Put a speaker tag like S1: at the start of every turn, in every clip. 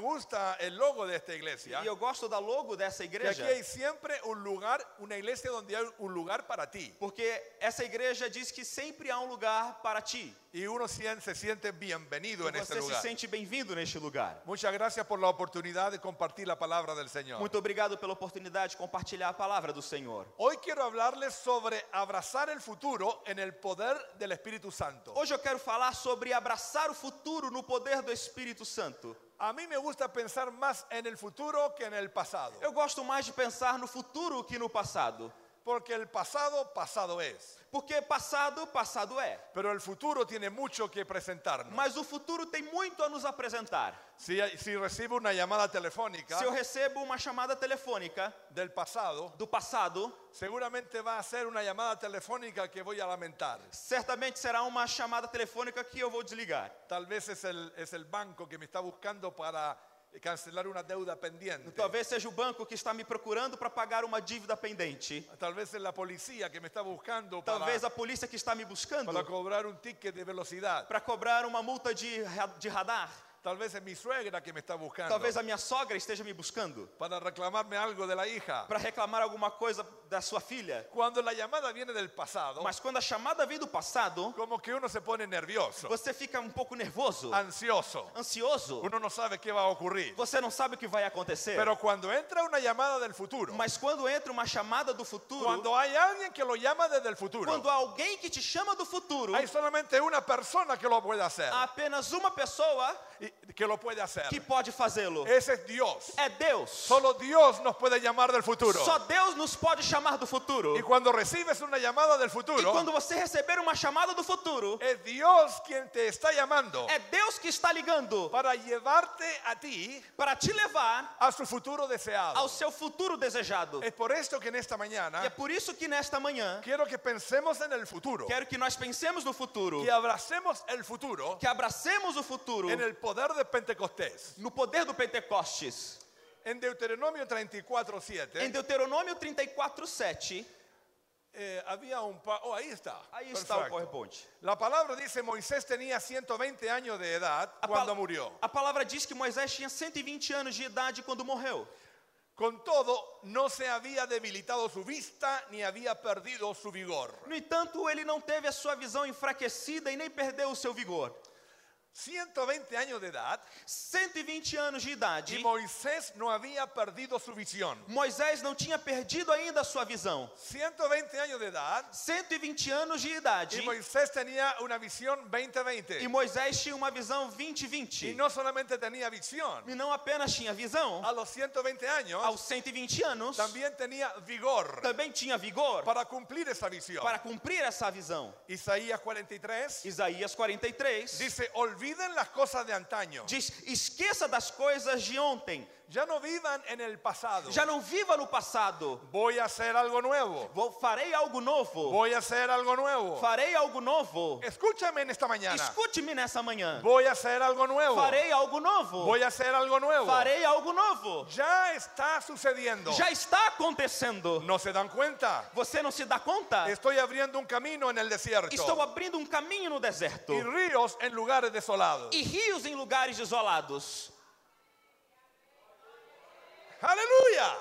S1: gusta el logo de esta iglesia.
S2: E eu gosto da logo dessa
S1: Que é aquí
S2: igreja.
S1: hay siempre un lugar, una iglesia donde hay un lugar para ti.
S2: Porque essa igreja diz que sempre há um lugar para ti.
S1: Y uno sien- se siente bienvenido en
S2: E
S1: este
S2: você se
S1: lugar.
S2: sente bem-vindo neste lugar.
S1: Muchas gracias por la oportunidad de compartir la palabra del Señor.
S2: Muito obrigado pela oportunidade de compartilhar a palavra do Senhor.
S1: Hoy quiero hablarles sobre abrazar el futuro en el poder del Espíritu Santo.
S2: Hoje eu quero falar sobre abraçar o futuro no poder do Espírito Santo.
S1: A mí me gusta pensar más en el futuro que en el pasado,
S2: Eu gosto mais de pensar no futuro que no passado.
S1: porque el pasado pasado es,
S2: Porque passado, passado é.
S1: pero el futuro tiene mucho que presentarnos.
S2: Mas o futuro tem muito a nos apresentar.
S1: Si, si recibo una llamada telefónica
S2: Se eu recebo uma chamada telefônica
S1: del pasado,
S2: do passado,
S1: seguramente va a ser una llamada telefónica que voy a lamentar.
S2: certamente será uma chamada telefônica que eu vou desligar.
S1: Tal vez es el, es el banco que me está buscando para cancelar una deuda pendiente.
S2: Talvez seja o banco que está me procurando para pagar uma dívida pendente.
S1: Tal vez es la policía que me está buscando para,
S2: Talvez a polícia que está me buscando
S1: para cobrar un ticket de velocidad.
S2: para cobrar uma multa de, ra- de radar.
S1: Tal vez es mi suegra que me está buscando
S2: Talvez a minha sogra esteja me buscando
S1: para reclamarme algo de la hija.
S2: para reclamar alguma coisa da sua filha.
S1: Cuando la llamada viene del pasado,
S2: Mas quando a chamada vem do passado,
S1: como que uno se pone nervioso,
S2: você fica um pouco nervoso,
S1: Ah, ansioso.
S2: ansioso.
S1: Uno no sabe qué va a ocurrir.
S2: Você não sabe o que vai acontecer.
S1: Pero cuando entra una llamada del futuro,
S2: Mas quando entra uma chamada do futuro,
S1: cuando hay alguien que lo llama desde el futuro,
S2: Quando alguém que te chama do futuro,
S1: hay solamente una persona que lo puede hacer.
S2: há apenas uma pessoa
S1: y- Que lo puede hacer.
S2: que pode fazê-lo.
S1: Ese es Dios.
S2: É Deus.
S1: Solo Dios nos puede llamar del futuro.
S2: Só Deus nos pode chamar do futuro.
S1: Y cuando recibes una llamada del
S2: E
S1: futuro,
S2: quando você receber uma chamada do futuro,
S1: es Dios quien te está llamando
S2: é Deus que está ligando
S1: para llevarte a ti
S2: para te levar
S1: a su futuro deseado.
S2: ao seu futuro desejado.
S1: Es por esto que en esta
S2: E é
S1: mañana
S2: por isso que nesta manhã,
S1: quiero que pensemos en el futuro,
S2: quero que nós pensemos no futuro,
S1: que abracemos el futuro
S2: que abracemos o futuro
S1: en el poder de Pentecostés.
S2: no poder do Pentecostes.
S1: En Deuteronomio
S2: Em
S1: 34:7
S2: Deuteronômio 34, 7,
S1: eh, había un pa- oh, ahí está. pues,
S2: aí está o
S1: Perfecto.
S2: PowerPoint.
S1: La palabra dice Moisés tenía 120 años de edad
S2: A,
S1: cuando
S2: pal-
S1: murió.
S2: a palavra diz que Moisés tinha 120 anos de idade quando morreu.
S1: Con todo, no se había debilitado su vista ni había perdido su vigor.
S2: No entanto, ele não teve a sua visão enfraquecida e nem perdeu o seu vigor.
S1: 120 años de edad
S2: 120 anos de
S1: y
S2: idade,
S1: Moisés no había perdido su visión.
S2: Moisés não tinha perdido ainda a sua visão.
S1: 120 años de edad
S2: 120 anos de idade,
S1: y Moisés tenía una visión
S2: e
S1: 2020.
S2: Moisés tinha uma visão
S1: Y
S2: 2020.
S1: no solamente tenía visión,
S2: E não apenas tinha visão,
S1: a los 120 años
S2: aos 120 anos,
S1: también tenía vigor
S2: também tinha vigor
S1: para cumplir esa visión.
S2: para cumprir essa visão.
S1: Isaías 43
S2: Isaías 43
S1: dice, olviden las cosas de antaño,
S2: diz: Esqueça das coisas de ontem,
S1: ya no vivan en el pasado.
S2: já não viva no passado.
S1: Voy a hacer algo nuevo.
S2: Vou, farei algo novo.
S1: Voy a hacer algo nuevo.
S2: Farei algo novo.
S1: Escúchame en esta mañana.
S2: Escute-me nessa manhã.
S1: Voy a hacer algo nuevo.
S2: Farei algo novo.
S1: Voy a hacer algo nuevo.
S2: Farei algo novo.
S1: Ya está sucediendo.
S2: Já está acontecendo.
S1: No se dan cuenta.
S2: Você não se dá conta?
S1: Estoy abriendo un camino en el desierto.
S2: Estou abrindo um caminho no deserto
S1: Y ríos en lugares desolados.
S2: e rios em lugares isolados.
S1: Aleluya.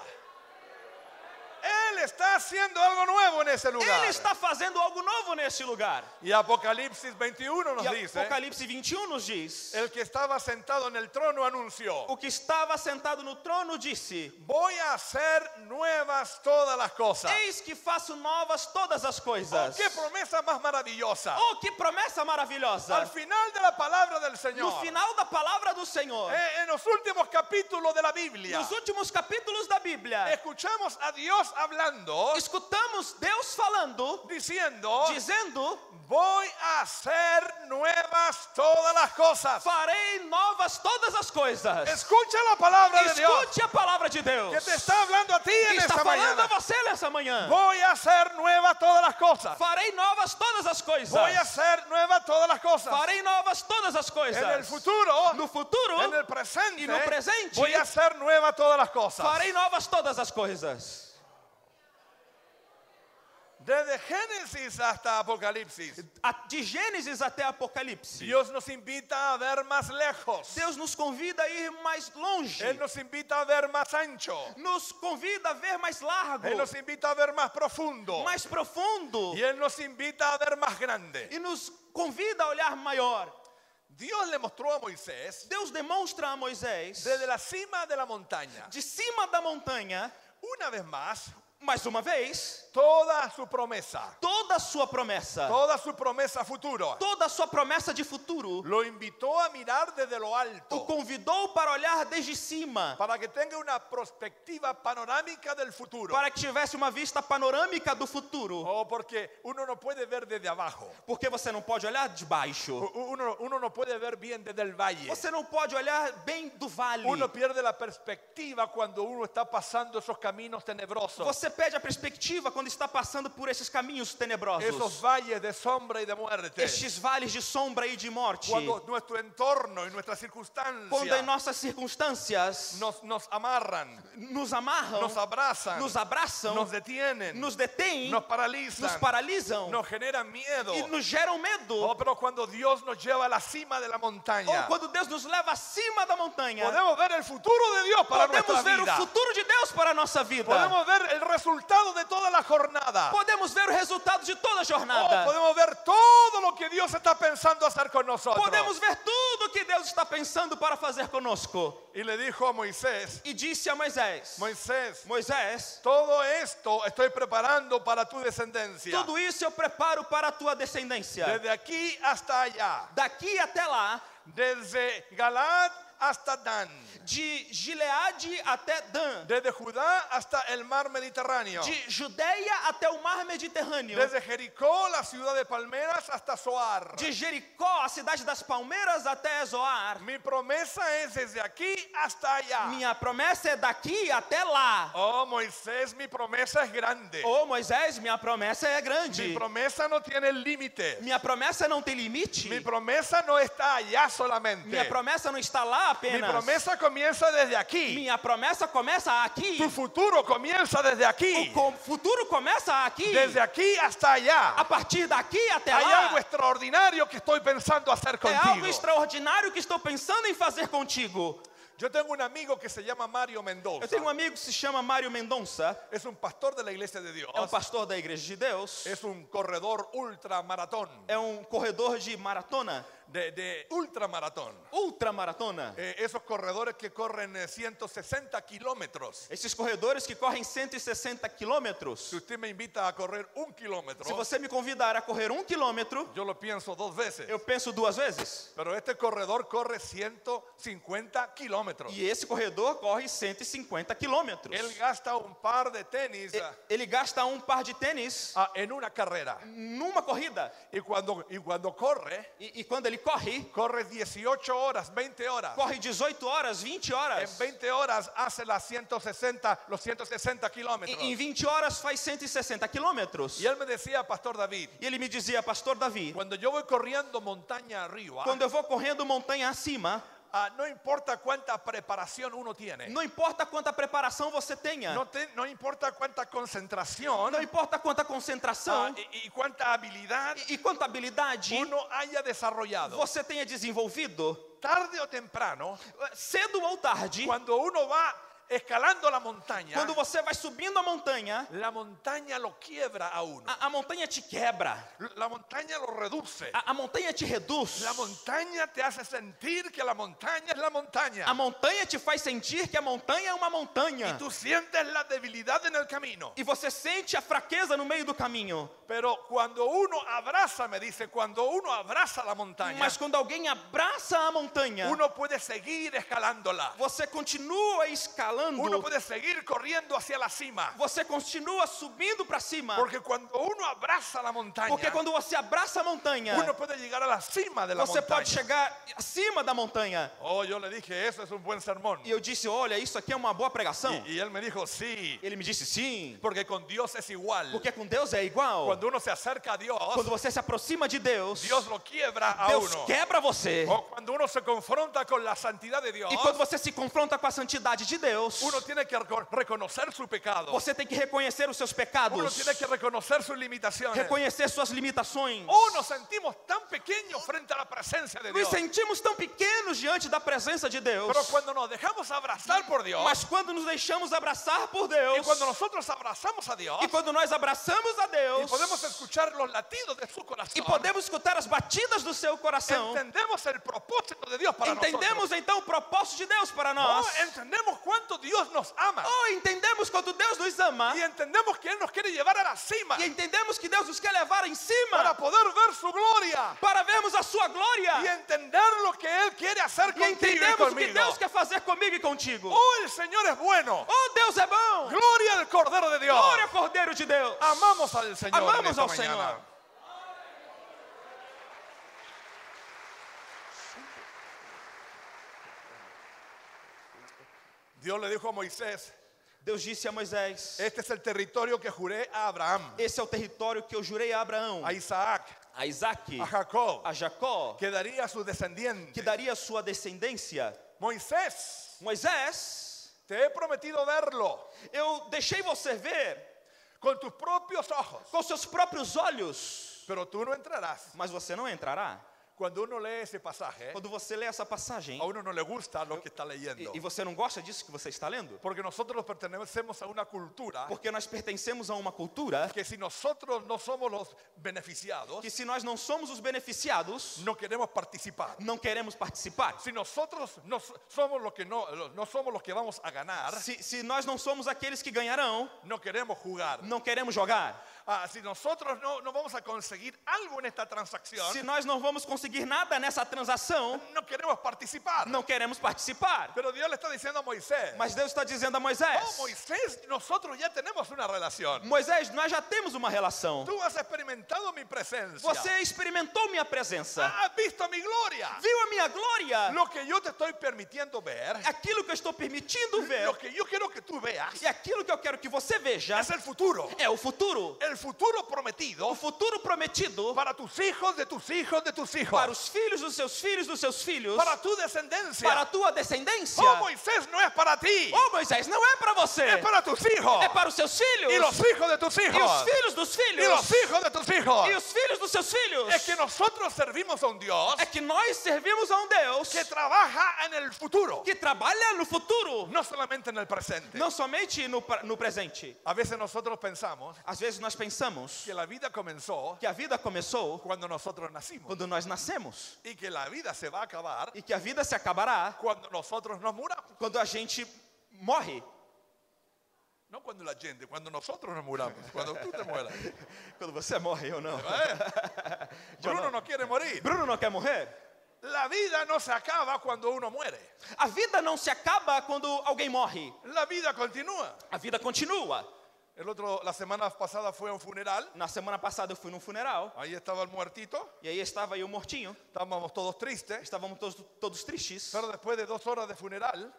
S1: Él está haciendo algo nuevo en ese lugar.
S2: Ele está fazendo algo novo nesse lugar.
S1: Y Apocalipsis 21 nos
S2: E
S1: dice,
S2: Apocalipse 21 nos diz:
S1: el que estaba sentado en el trono anunció,
S2: O que estava sentado no trono disse:
S1: voy a hacer nuevas todas las cosas.
S2: Eis que faço novas todas as
S1: Oh,
S2: coisas.
S1: qué promesa más maravillosa.
S2: Oh, que promessa
S1: Al
S2: maravilhosa!
S1: final de la palabra del
S2: No
S1: Señor,
S2: final da palavra do Senhor.
S1: eh, en los últimos capítulos de la Biblia,
S2: Nos últimos capítulos da Bíblia,
S1: escuchamos a Dios hablando,
S2: escutamos Deus falando,
S1: diciendo,
S2: dizendo:
S1: voy a hacer nuevas todas las cosas.
S2: Farei novas todas as coisas.
S1: Escucha la palabra de Dios
S2: Escute a palavra de Deus.
S1: que te está hablando a ti
S2: que
S1: en
S2: está
S1: esta
S2: falando a
S1: mañana.
S2: você nessa manhã.
S1: Voy a hacer nuevas todas las cosas.
S2: Farei novas todas as coisas.
S1: Voy a hacer nuevas todas las cosas.
S2: Farei novas todas as coisas.
S1: En el é futuro, é
S2: no futuro,
S1: en el presente,
S2: y no presente.
S1: voy a hacer nuevas todas las cosas.
S2: farei novas todas as coisas.
S1: Desde Génesis hasta Apocalipsis,
S2: A- De Gênesis até Apocalipse.
S1: Dios nos invita a ver más lejos.
S2: Deus nos convida a ir mais longe.
S1: Él nos invita a ver más ancho.
S2: Nos convida a ver mais largo,
S1: Él nos invita a ver más profundo.
S2: mais profundo.
S1: Y Él nos invita a ver más grande.
S2: E nos convida a olhar maior.
S1: Dios le mostró a Moisés
S2: Deus demonstra a Moisés,
S1: desde la cima de la montaña,
S2: de cima da montanha,
S1: una vez más,
S2: mais uma vez,
S1: toda su promesa,
S2: toda a sua promessa.
S1: toda su promesa futura.
S2: Toda a sua promessa de futuro.
S1: Lo invitó a mirar desde lo
S2: O
S1: alto
S2: convidou para olhar desde cima,
S1: para que tenga una perspectiva panorámica del futuro.
S2: para que tivesse uma vista panorâmica do futuro.
S1: Oh, porque uno no puede ver desde abajo.
S2: Porque você não pode olhar de baixo.
S1: U- Uno, uno no puede ver bien desde el valle.
S2: Você não pode olhar bem do vale.
S1: Uno pierde la perspectiva cuando uno está pasando esos caminos tenebrosos,
S2: Você perde a perspectiva quando está passando por esses caminhos
S1: esos
S2: tenebrosos.
S1: valles de sombra y de muerte.
S2: Estes vales de sombra e de morte.
S1: Cuando nuestro entorno y nuestras
S2: Quando em
S1: circunstancias
S2: nossas circunstâncias
S1: nos, nos amarran,
S2: nos amarram,
S1: nos abrazan,
S2: nos abraçam,
S1: nos detienen,
S2: nos detêm,
S1: nos
S2: nos
S1: paralizan,
S2: paralisam
S1: nos generan miedo.
S2: e nos geram medo.
S1: Oh, pero cuando Dios nos lleva a la cima de la
S2: Ou
S1: montaña,
S2: quando Deus nos leva acima da montanha,
S1: podemos ver el futuro de Dios para
S2: podemos
S1: nuestra
S2: ver
S1: vida.
S2: o futuro de Deus para a nossa vida.
S1: Podemos ver el resultado de toda la jornada.
S2: Podemos ver o resultado de toda a
S1: Oh,
S2: jornada.
S1: podemos ver todo lo que Dios está pensando hacer con nosotros.
S2: Podemos ver tudo o que Deus está pensando para fazer conosco.
S1: Y le dijo a Moisés,
S2: E disse a Moisés:
S1: Moisés,
S2: Moisés,
S1: todo esto estoy preparando para tu descendencia.
S2: tudo isso eu preparo para a tua descendência.
S1: Desde aquí hasta allá,
S2: Daqui até lá,
S1: desde Galad hasta Dan,
S2: de Gileade até Dan,
S1: desde Judá hasta el mar Mediterráneo,
S2: de Judeia até o mar Mediterrâneo,
S1: desde Jericó, la ciudad de palmeras, hasta Soar.
S2: de Jericó, a cidade das palmeiras, até Zoar.
S1: Mi promesa es desde aquí hasta allá.
S2: Minha promessa é daqui até lá.
S1: Oh Moisés, mi promesa es grande.
S2: Ô Moisés, minha promessa é
S1: Mi
S2: grande.
S1: promesa no tiene límite.
S2: Minha promessa não tem limite.
S1: Mi promesa no está allá solamente.
S2: Minha promessa não está lá
S1: Mi
S2: apenas.
S1: promesa comienza desde aquí.
S2: Minha promessa começa aqui.
S1: Tu futuro comienza desde
S2: O
S1: aquí.
S2: co- futuro começa aqui.
S1: Desde aquí hasta
S2: A
S1: allá.
S2: partir daqui até
S1: Hay
S2: lá.
S1: algo extraordinario que estoy pensando hacer
S2: É algo
S1: contigo.
S2: extraordinário que estou pensando em fazer contigo.
S1: Yo tengo un amigo que se llama Mario
S2: Eu
S1: Mendoza.
S2: tenho um amigo que se chama Mário Mendonça.
S1: Es un pastor de la iglesia de Dios.
S2: É um pastor da Igreja de Deus.
S1: Es un corredor ultramaratón.
S2: É um corredor de maratona.
S1: De, de ultramaratón.
S2: Ultramaratona.
S1: Eh, esos corredores que corren eh, 160 kilómetros.
S2: Esses corredores que correm 160 quilômetros.
S1: Si usted me invita a correr un
S2: Se
S1: kilómetro,
S2: você me convidar a correr um quilômetro,
S1: yo lo pienso dos veces.
S2: Eu penso duas vezes.
S1: Pero este corredor corre 150 kilómetros.
S2: E esse corredor corre 150 quilômetros.
S1: Él gasta un par de tenis
S2: E-
S1: ah,
S2: Ele gasta um par de tênis
S1: ah, en una carrera.
S2: numa corrida.
S1: Y cuando, y cuando corre,
S2: E, e quando ele corre,
S1: corre 18 horas, 20 horas.
S2: corre 18 horas, 20 horas.
S1: En 20 horas hace las 160, los 160
S2: E,
S1: kilómetros.
S2: em 20 horas faz 160 quilômetros.
S1: Y él me decía, Pastor David,
S2: E ele me dizia, Pastor Davi,
S1: cuando yo voy corriendo montaña arriba,
S2: quando eu vou correndo montanha acima,
S1: ah, no importa cuánta preparación uno tiene,
S2: não importa quanta preparação você tenha,
S1: no, te- no importa cuánta concentración
S2: não importa quanta
S1: ah,
S2: concentração
S1: y, y cuánta habilidad
S2: e, e quanta habilidade
S1: uno haya desarrollado,
S2: você tenha desenvolvido,
S1: tarde o temprano,
S2: cedo ou tarde,
S1: cuando uno va escalando la montaña,
S2: quando você vai subindo a montanha,
S1: la montaña lo quiebra a uno,
S2: A, a montanha te quebra.
S1: la montaña lo reduce,
S2: A, a montanha te reduz.
S1: la montaña te hace sentir que la montaña es la montaña.
S2: A montanha te faz sentir que a montanha é uma montanha.
S1: Tú sientes la debilidad en el camino.
S2: E você sente a fraqueza no meio do caminho.
S1: Pero cuando uno abraza, me dice, cuando uno abraza la montaña,
S2: Mas quando alguém abraça a montanha,
S1: uno puede seguir escalándola.
S2: você continua escalando.
S1: Uno puede seguir corriendo hacia la cima.
S2: Você continua subindo para cima.
S1: Porque cuando uno abraza la montaña,
S2: Porque quando você abraça a montanha,
S1: uno puede llegar a la cima de la
S2: você
S1: montaña.
S2: pode chegar acima da montanha.
S1: Oh, yo le dije, eso es un buen sermón.
S2: E eu disse: Olha, isso aqui é uma boa pregação.
S1: Y, y él me dijo, sí,
S2: Ele me disse: Sim.
S1: porque con Dios es igual.
S2: Porque com Deus é igual.
S1: Cuando uno se acerca a Dios,
S2: Quando você se aproxima de Deus,
S1: Dios lo quiebra a
S2: Deus
S1: uno.
S2: quebra você.
S1: O cuando uno se confronta con la santidad de Dios,
S2: E quando você se confronta com a santidade de Deus, Deus,
S1: Uno tiene que reco- reconocer su pecado.
S2: você tem que reconhecer os seus
S1: Uno
S2: pecados,
S1: tiene que reconocer sus limitaciones.
S2: reconhecer suas limitações.
S1: Oh, nos sentimos tan pequeños frente a la presencia de
S2: Nos
S1: Dios.
S2: sentimos tão pequenos diante da presença de Deus.
S1: Pero cuando nos dejamos abrazar por Dios,
S2: Mas quando nos deixamos abraçar por Deus,
S1: y cuando nosotros abrazamos a Dios,
S2: e quando nós abraçamos a
S1: y
S2: Deus,
S1: podemos escuchar los latidos de su corazón,
S2: e podemos escutar as batidas do seu coração,
S1: entendemos el propósito de Dios para nosotros.
S2: entendemos então o propósito de Deus para
S1: Oh,
S2: nós.
S1: entendemos cuánto Dios nos ama.
S2: Oh, ¿ah? entendemos quanto Deus nos ama.
S1: Y entendemos que Él nos quiere llevar a la cima
S2: E entendemos que Deus nos quer levar em
S1: é. para é.
S2: cima
S1: poder ver su gloria
S2: para vermos a sua
S1: y
S2: glória.
S1: entender lo que Él quiere hacer
S2: E
S1: contigo y
S2: Ah. entendemos o que
S1: conmigo.
S2: Deus quer fazer comigo e contigo.
S1: Oh, el Señor es bueno.
S2: Oh, Deus é bom.
S1: Gloria al Cordero de Dios.
S2: Glória, Cordeiro de Deus.
S1: Amamos al Señor. en
S2: Amamos
S1: esta
S2: ao
S1: mañana.
S2: Senhor.
S1: Dios le dijo a Moisés,
S2: Deus disse a Moisés:
S1: este es el territorio que juré a Abraham,
S2: Esse é o território que eu jurei a Abraão,
S1: a Isaac,
S2: a Isaac,
S1: a Jacob,
S2: a Jacó,
S1: que daría a sus
S2: que
S1: descendientes.
S2: daria a sua descendência.
S1: Moisés,
S2: Moisés,
S1: te he prometido verlo
S2: eu deixei você ver
S1: con tus propios ojos,
S2: com seus próprios olhos,
S1: pero tú no entrarás.
S2: mas você não entrará.
S1: Cuando uno lee ese pasaje,
S2: Quando você lê essa passagem
S1: a uno no le gusta lo que está
S2: e,
S1: leyendo,
S2: e você não gosta disso que você está lendo,
S1: porque nosotros pertenecemos a una cultura
S2: porque nós pertencemos a uma cultura
S1: que si nosotros no somos los beneficiados,
S2: que se nós não somos os beneficiados,
S1: no queremos participar.
S2: não queremos participar.
S1: Si nosotros no so- somos los que no, los- no somos los que vamos a ganar,
S2: Se, se nós não somos aqueles que ganharão,
S1: no queremos jugar.
S2: não queremos jogar.
S1: Ah, si nosotros no, no vamos a conseguir algo en esta transacción,
S2: Se nós não vamos conseguir nada nessa transação,
S1: no queremos participar.
S2: não queremos participar.
S1: Pero Dios le está diciendo a Moisés,
S2: Mas Deus está dizendo a
S1: oh
S2: Moisés:
S1: Moisés, nosotros ya tenemos una relación.
S2: Moisés, nós já temos uma relação.
S1: Tú has experimentado mi presencia. Ah,
S2: Você experimentou minha presença,
S1: Has visto mi gloria.
S2: viu a minha glória,
S1: Lo que yo te estoy permitiendo ver,
S2: aquilo que eu estou permitindo
S1: lo
S2: ver
S1: que yo quiero que tú veas,
S2: e aquilo que eu quero que você veja
S1: es el futuro.
S2: é o futuro.
S1: El futuro prometido
S2: O futuro prometido
S1: para tus hijos, de tus hijos, de tus hijos.
S2: para os filhos dos seus filhos, dos seus filhos,
S1: para tu descendencia.
S2: para a tua descendência.
S1: oh, Moisés no es para ti,
S2: Ô Moisés, não é para você,
S1: es para tus hijos
S2: é para os seus filhos
S1: y los hijos de tus
S2: e os
S1: hijos
S2: filhos dos
S1: y los
S2: filhos
S1: hijos de tus hijos.
S2: e os filhos dos seus filhos.
S1: Es É que nosotros servimos a un Dios
S2: é que nós servimos a um Deus
S1: que trabaja en el futuro,
S2: que trabalha no futuro,
S1: no solamente en el presente.
S2: não somente no, pra- no presente.
S1: A veces nosotros pensamos
S2: Às vezes nós pensamos
S1: que la vida comenzó
S2: que a vida começou
S1: cuando nosotros nacimos
S2: quando nós nascemos
S1: y que la vida se va a acabar
S2: e que a vida se acabará
S1: cuando nosotros nos muramos.
S2: quando a gente morre,
S1: No cuando la gente, cuando nosotros nos muramos, cuando tú te mueras.
S2: quando você morre eu não.
S1: Bruno no quiere morir.
S2: Bruno não quer morrer?
S1: La vida no se acaba cuando uno muere.
S2: A vida não se acaba quando alguém morre.
S1: La vida continúa.
S2: A vida continua.
S1: El otro, la semana pasada fue a un funeral.
S2: Na semana passada eu fui num funeral
S1: Ahí estaba el muertito.
S2: e aí estava eu mortinho.
S1: Estábamos todos tristes.
S2: Estávamos todos, todos tristes.
S1: Pero después de dos horas de funeral,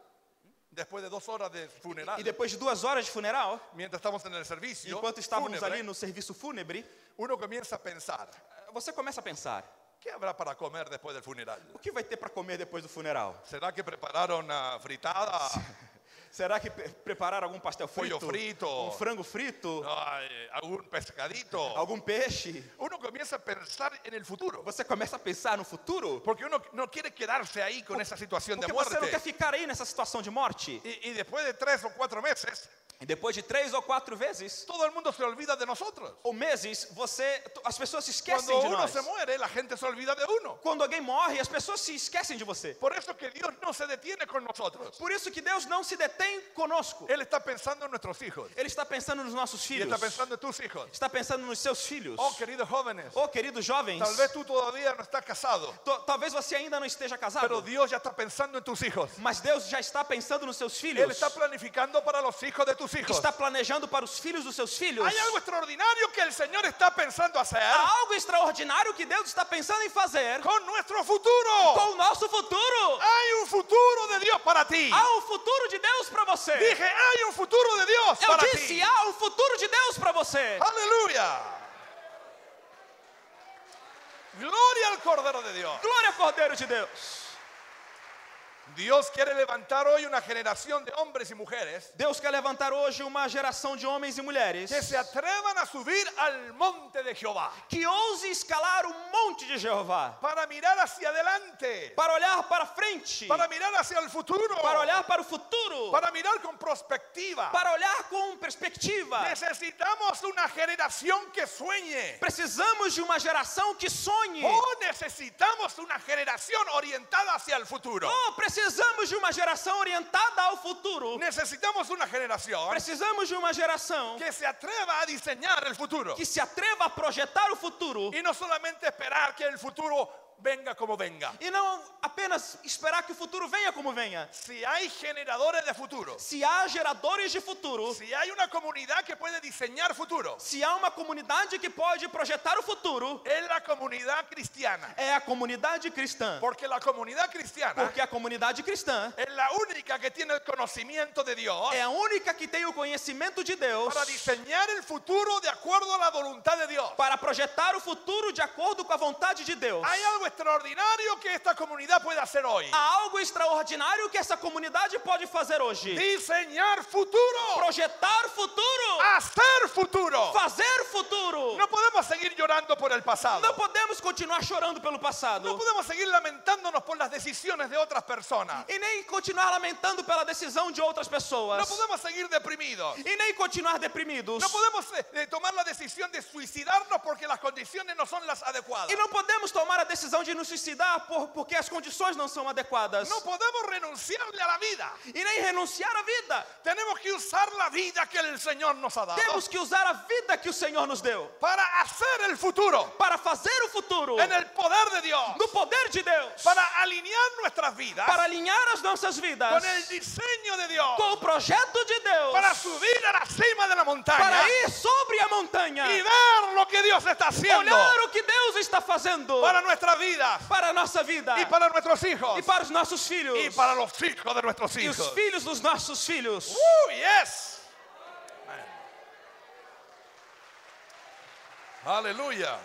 S1: después de dos horas de funeral,
S2: E depois de duas horas de funeral,
S1: mientras estamos en el servicio,
S2: enquanto estávamos
S1: fúnebre,
S2: ali no serviço fúnebre,
S1: uno comienza a pensar,
S2: Eh, Você começa a pensar:
S1: ¿qué habrá para comer después del funeral?
S2: o que vai ter para comer depois do funeral?
S1: ¿Será que prepararon ah, fritada?
S2: Será que pre- prepararam algum pastel frito?
S1: Pollo frito.
S2: Um frango frito?
S1: Ay, ¿Algún pescadito?
S2: Algum peixe?
S1: Uno comienza a pensar en el futuro.
S2: Você começa a pensar no futuro?
S1: Porque uno no quiere quedarse ahí con esa situación de
S2: Porque você não quer
S1: muerte.
S2: ficar aí nessa situação de morte?
S1: Y, y después de tres o cuatro meses,
S2: E depois de três ou quatro vezes
S1: todo el mundo se olvida de nosotros.
S2: ou meses, você, t- as pessoas se esquecem
S1: Cuando
S2: de
S1: uno
S2: nós.
S1: se muere, la gente se olvida de uno.
S2: Quando alguém morre, as pessoas se esquecem de você.
S1: Por eso que Dios no se detiene con nosotros.
S2: Por isso que Deus não se detém conosco.
S1: Él está pensando en nuestros hijos.
S2: Ele está pensando nos nossos
S1: Y
S2: filhos.
S1: está pensando en tus hijos.
S2: Está pensando nos seus filhos.
S1: Oh, queridos jóvenes,
S2: Oh, queridos jovens,
S1: tal vez tú todavía no estás casado,
S2: to- talvez você ainda não esteja casado.
S1: pero Dios ya está pensando en tus hijos.
S2: Mas Deus já está pensando nos seus filhos.
S1: Él está planificando para los hijos de tus hijos.
S2: Está planejando para os filhos dos seus filhos.
S1: Hay algo extraordinario que el Señor está pensando hacer
S2: Há algo extraordinário que Deus está pensando em fazer
S1: con nuestro futuro.
S2: com o nosso futuro.
S1: Hay un futuro de Dios para ti.
S2: Há o futuro de Deus para você.
S1: Dije, hay un futuro de Dios
S2: Eu
S1: para
S2: disse,
S1: ti. Ah.
S2: há o futuro de Deus para você.
S1: Aleluya. Gloria al Cordero de Dios.
S2: Glória, Cordeiro de Deus.
S1: Dios quiere levantar hoy una generación de hombres y mujeres
S2: Deus quer levantar hoje uma geração de homens e mulheres
S1: que se atrevan a subir al monte de Jehová
S2: que ouse escalar o monte de Jeová
S1: para mirar hacia adelante,
S2: para olhar para frente,
S1: para mirar hacia el futuro,
S2: para olhar para o futuro,
S1: para mirar con prospectiva.
S2: para olhar com perspectiva.
S1: Necesitamos una generación que sueñe.
S2: Precisamos de uma geração que sonhe.
S1: O necesitamos una generación orientada hacia el futuro.
S2: Oh, precisamos de uma geração orientada ao futuro.
S1: Necesitamos una generación
S2: Precisamos de uma geração
S1: que se atreva a diseñar el futuro.
S2: que se atreva a projetar o futuro
S1: Y no solamente esperar que el futuro venga como venga.
S2: e não apenas esperar que o futuro venha como venha.
S1: Si hay generadores de futuro,
S2: Se há geradores de futuro,
S1: si hay una comunidad que puede diseñar futuro,
S2: se há uma comunidade que pode projetar o futuro,
S1: es la comunidad cristiana.
S2: é a comunidade cristã.
S1: Porque la comunidad cristiana
S2: Porque a comunidade cristã
S1: es la única que tiene el conocimiento de Dios
S2: é a única que tem o conhecimento de Deus
S1: para diseñar el futuro de acuerdo a la voluntad de Dios.
S2: para projetar o futuro de acordo com a vontade de Deus.
S1: Hay algo extraordinario que esta comunidad puede hacer hoy.
S2: Há algo extraordinário que essa comunidade pode fazer hoje:
S1: Diseñar futuro.
S2: projetar futuro,
S1: Ah. Hacer futuro.
S2: fazer futuro.
S1: No podemos seguir llorando por el
S2: Não
S1: pasado.
S2: podemos continuar chorando pelo
S1: No
S2: passado
S1: podemos seguir lamentándonos por las decisiones de otras personas.
S2: e nem continuar lamentando pela decisão de outras
S1: No
S2: pessoas
S1: podemos seguir deprimidos.
S2: e nem continuar deprimidos.
S1: No podemos eh, eh, tomar la decisión de suicidarnos porque las condiciones no son las adecuadas.
S2: E não podemos tomar a decisão de nos suicidar por, porque as condições não são adequadas.
S1: No podemos renunciarle a la vida.
S2: E nem renunciar à vida.
S1: Tenemos que usar la vida que el Señor nos ha dado
S2: Temos que usar a vida que o Senhor nos deu
S1: para hacer el futuro
S2: para fazer o futuro
S1: en el poder de Dios,
S2: no poder de Deus,
S1: para alinear nuestras vidas
S2: para alinhar as nossas vidas
S1: con el diseño de Dios,
S2: com o projeto de Deus
S1: para subir a la cima de la montaña
S2: para ir sobre a montanha,
S1: y ver lo que Dios está haciendo
S2: olhar o que Deus está fazendo
S1: para nuestra vida
S2: para a nossa vida
S1: y para nuestros hijos
S2: e para os nossos filhos
S1: y para Uh! los hijos de nuestros
S2: e os
S1: hijos.
S2: filhos dos nossos filhos.
S1: Woo, yes. Aleluya.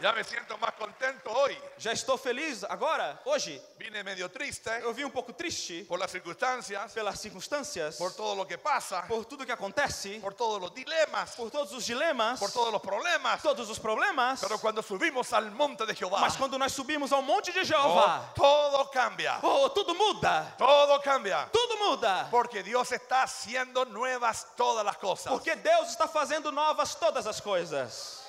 S1: Ya me siento más contento hoy.
S2: Já estou feliz agora, hoje.
S1: Vine medio triste
S2: Eu vim um pouco triste
S1: por las circunstancias,
S2: pelas circunstâncias,
S1: por todo lo que pasa,
S2: por tudo que acontece,
S1: por todos los dilemas,
S2: por todos os dilemas,
S1: por todos los problemas.
S2: todos os problemas.
S1: Pero cuando subimos al monte de Jehová,
S2: Mas quando nós subimos ao monte de
S1: oh,
S2: Jeová,
S1: todo cambia.
S2: oh, tudo muda,
S1: Todo cambia.
S2: tudo muda.
S1: Porque Dios está haciendo nuevas todas las cosas.
S2: Porque Deus está fazendo novas todas as coisas.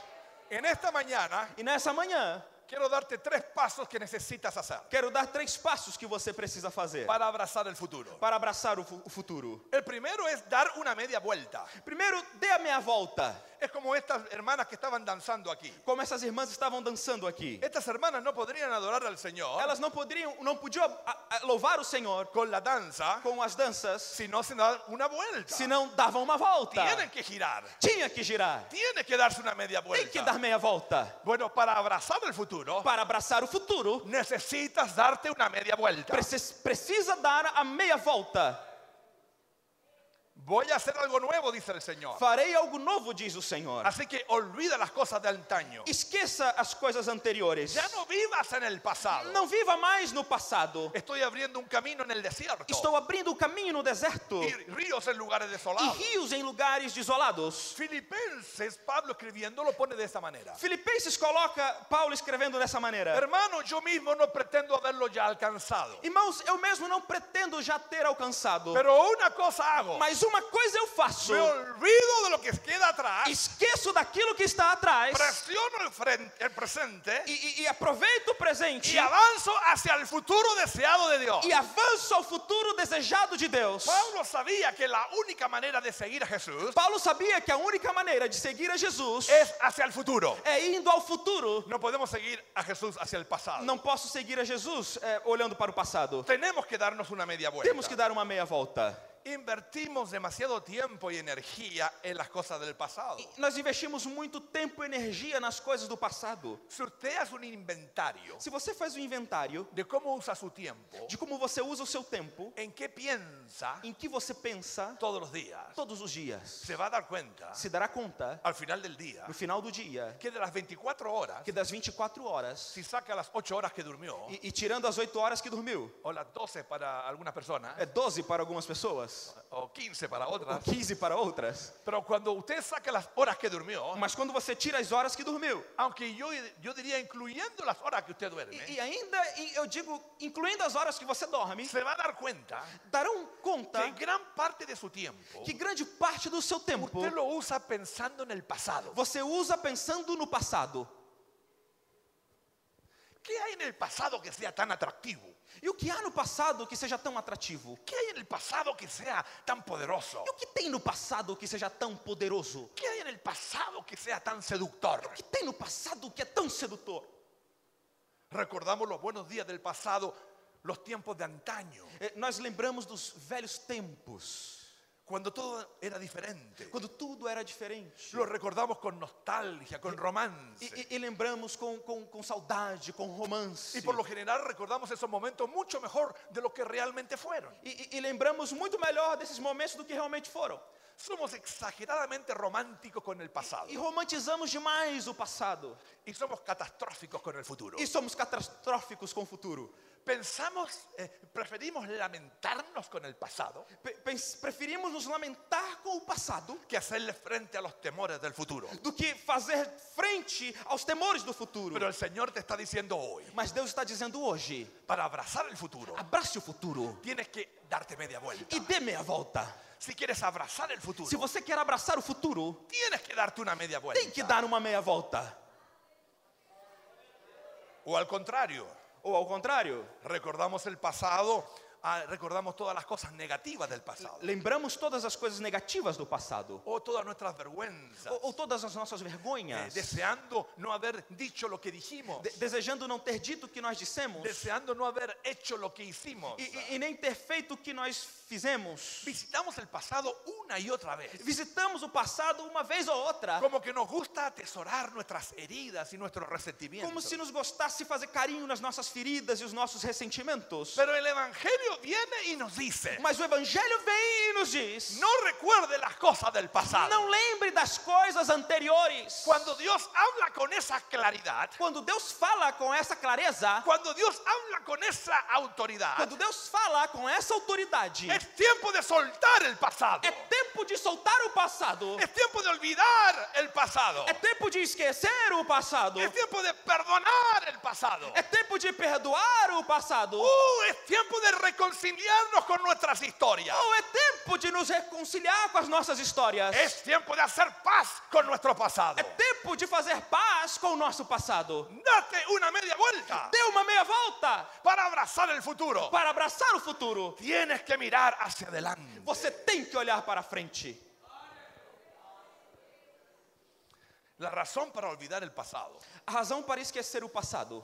S1: En esta mañana
S2: E nessa manhã,
S1: quiero darte tres pasos que necesitas hacer.
S2: quero dar três passos que você precisa fazer
S1: para abrazar el futuro.
S2: para abraçar o fu- o futuro.
S1: El primero es dar una media vuelta.
S2: Primeiro, dê a meia volta,
S1: Es como estas hermanas que estaban danzando aquí.
S2: como essas irmãs estavam dançando aqui.
S1: Estas hermanas no podrían adorar al Señor
S2: Elas não poderiam, não podiam a- a- louvar o Senhor
S1: con la danza
S2: com as danças
S1: si no se dan una vuelta.
S2: se não davam uma volta.
S1: Tienen que girar.
S2: Tinha que girar,
S1: Tiene que darse una media
S2: tem que
S1: vuelta.
S2: dar meia volta.
S1: Bueno, para abrazar el futuro
S2: Para abraçar o futuro,
S1: necesitas darte una media vuelta.
S2: precis- precisa dar a meia volta.
S1: Voy a hacer algo nuevo, dice el Señor.
S2: Farei algo novo, diz o Senhor.
S1: Así que olvida las cosas de antaño.
S2: Esqueça as coisas anteriores.
S1: Ya no vivas en el pasado.
S2: Não viva mais no passado.
S1: Estoy abriendo un camino en el desierto
S2: Estou abrindo o caminho no deserto
S1: y
S2: e
S1: ríos en lugares desolados.
S2: rios em lugares desolados.
S1: Filipenses, Pablo escribiendo, lo pone de esta manera.
S2: Filipenses coloca Paulo escrevendo dessa maneira:
S1: Hermano, yo mismo no pretendo haberlo ya alcanzado.
S2: Irmãos, eu mesmo não pretendo já ter alcançado,
S1: Pero una cosa hago.
S2: mas uma coisa eu faço:
S1: Me olvido de lo que queda atrás.
S2: esqueço daquilo que está atrás
S1: Presiono el, frente- el presente
S2: e, e- e aproveito o presente
S1: y avanzo hacia el futuro deseado de Dios.
S2: e avanço ao futuro desejado de Deus.
S1: Pablo sabía que la única manera de seguir a Jesús
S2: Paulo sabia que a única maneira de seguir a Jesus
S1: es hacia el futuro.
S2: é indo ao futuro.
S1: No podemos seguir a Jesús hacia el pasado.
S2: Não posso seguir a Jesus é, olhando para o passado.
S1: Tenemos que darnos una media
S2: Temos
S1: vuelta.
S2: que dar uma meia volta.
S1: Invertimos demasiado tiempo y energía en las cosas del pasado.
S2: Nós investimos muito tempo e energia nas coisas do passado.
S1: Si usted hace un inventario
S2: Se você faz um inventário
S1: de cómo usa su tiempo,
S2: de como você usa o seu tempo,
S1: en qué piensa
S2: em que você pensa
S1: todos los días,
S2: todos os dias,
S1: se va a dar cuenta
S2: se dará conta
S1: al final del día
S2: no final do dia
S1: que de las 24 horas,
S2: Pues- que das 24 horas
S1: si saca las 8 horas que durmió,
S2: e, e tirando as 8 horas que dormiu,
S1: o las 12 para algunas personas,
S2: é 12 para algumas pessoas,
S1: o 15 para
S2: ou
S1: otras,
S2: 15 para outras.
S1: pero cuando usted saca las horas que durmió,
S2: Mas quando você tira as horas que dormiu,
S1: aunque yo, yo diría incluyendo las horas que usted
S2: e,
S1: duerme,
S2: e ainda, e eu digo, incluindo as horas que você dorme,
S1: se va a dar cuenta
S2: darão conta
S1: que gran parte de su tiempo
S2: que grande parte do seu tempo
S1: usted lo usa pensando en el pasado.
S2: você usa pensando no passado.
S1: ¿Qué hay en el pasado que sea tan atractivo?
S2: E o que há no passado que seja tão atrativo?
S1: ¿Qué hay en el pasado que sea tan poderoso?
S2: E o que tem no passado que seja tão poderoso?
S1: ¿Qué hay en el pasado que sea tan seductor?
S2: O que tem no passado que é tão sedutor?
S1: Recordamos los buenos días del pasado, los tiempos de antaño,
S2: É, Nós lembramos dos velhos tempos,
S1: cuando todo era diferente.
S2: quando tudo era diferente.
S1: Lo recordamos con nostalgia, con
S2: E,
S1: romance.
S2: e- e lembramos com, com, com saudade, com romance.
S1: Y por lo general recordamos esos momentos mucho mejor de lo que realmente fueron.
S2: E, e- e lembramos muito melhor desses momentos do que realmente foram.
S1: Somos exageradamente románticos con el pasado
S2: E romantizamos demais o passado.
S1: y somos catastróficos con el futuro.
S2: E somos catastróficos com o futuro.
S1: Pensamos, eh, preferimos lamentarnos con el pasado
S2: Pe- pens- preferimos nos lamentar com o passado
S1: que hacerle frente a los temores del futuro.
S2: do que fazer frente aos temores do futuro.
S1: Pero el Señor te está diciendo hoy,
S2: Mas Deus está dizendo hoje:
S1: para abrazar el futuro,
S2: abrace o futuro
S1: tienes que darte media vuelta.
S2: e dê meia volta.
S1: Si quieres abrazar el
S2: Se
S1: futuro,
S2: você quer abraçar o futuro,
S1: tienes que darte una media
S2: tem que
S1: vuelta.
S2: dar uma meia volta.
S1: O al contrario,
S2: Ou ao contrário,
S1: recordamos el pasado, ah, recordamos todas las cosas negativas del pasado
S2: lembramos todas as coisas negativas do passado,
S1: o todas nuestras vergüenzas.
S2: ou, ou todas as nossas
S1: eh,
S2: vergonhas,
S1: deseando no haber dicho lo que dijimos,
S2: de- desejando não ter dito o que nós dissemos
S1: deseando no haber hecho lo que hicimos.
S2: e, e- e nem ter feito o que nós fizemos.
S1: Visitamos el pasado una y otra vez.
S2: Visitamos o passado uma vez ou outra,
S1: Como que nos gusta atesorar nuestras heridas y nuestros
S2: como
S1: resentimientos.
S2: se nos gostasse fazer carinho nas nossas feridas e os nossos ressentimentos.
S1: Pero el Evangelio viene y nos dice,
S2: Mas o Evangelho vem e nos diz:
S1: no recuerde las cosas del pasado.
S2: não lembre das coisas anteriores.
S1: Cuando Dios habla con esa claridad,
S2: Quando Deus fala com essa clareza,
S1: cuando Dios habla con esa autoridad,
S2: quando Deus fala com essa autoridade, é
S1: es tiempo de soltar el pasado.
S2: tempo de soltar o passado,
S1: Es tiempo de olvidar el pasado.
S2: é tempo de esquecer o passado,
S1: Es tiempo de perdonar el pasado.
S2: é tempo de perdoar o passado, ou
S1: tipo- Uh, es tiempo de reconciliarnos con nuestras historias.
S2: é tempo de nos reconciliar com as nossas histórias.
S1: Es tiempo de hacer paz con nuestro pasado.
S2: É tempo de fazer paz com o nosso passado.
S1: Date una media vuelta
S2: Dê uma meia volta
S1: para abrazar el futuro.
S2: para abraçar o futuro.
S1: Tienes que mirar hacia adelante.
S2: Você tem que olhar para frente.
S1: La razón para olvidar el pasado,
S2: A razão para esquecer o passado,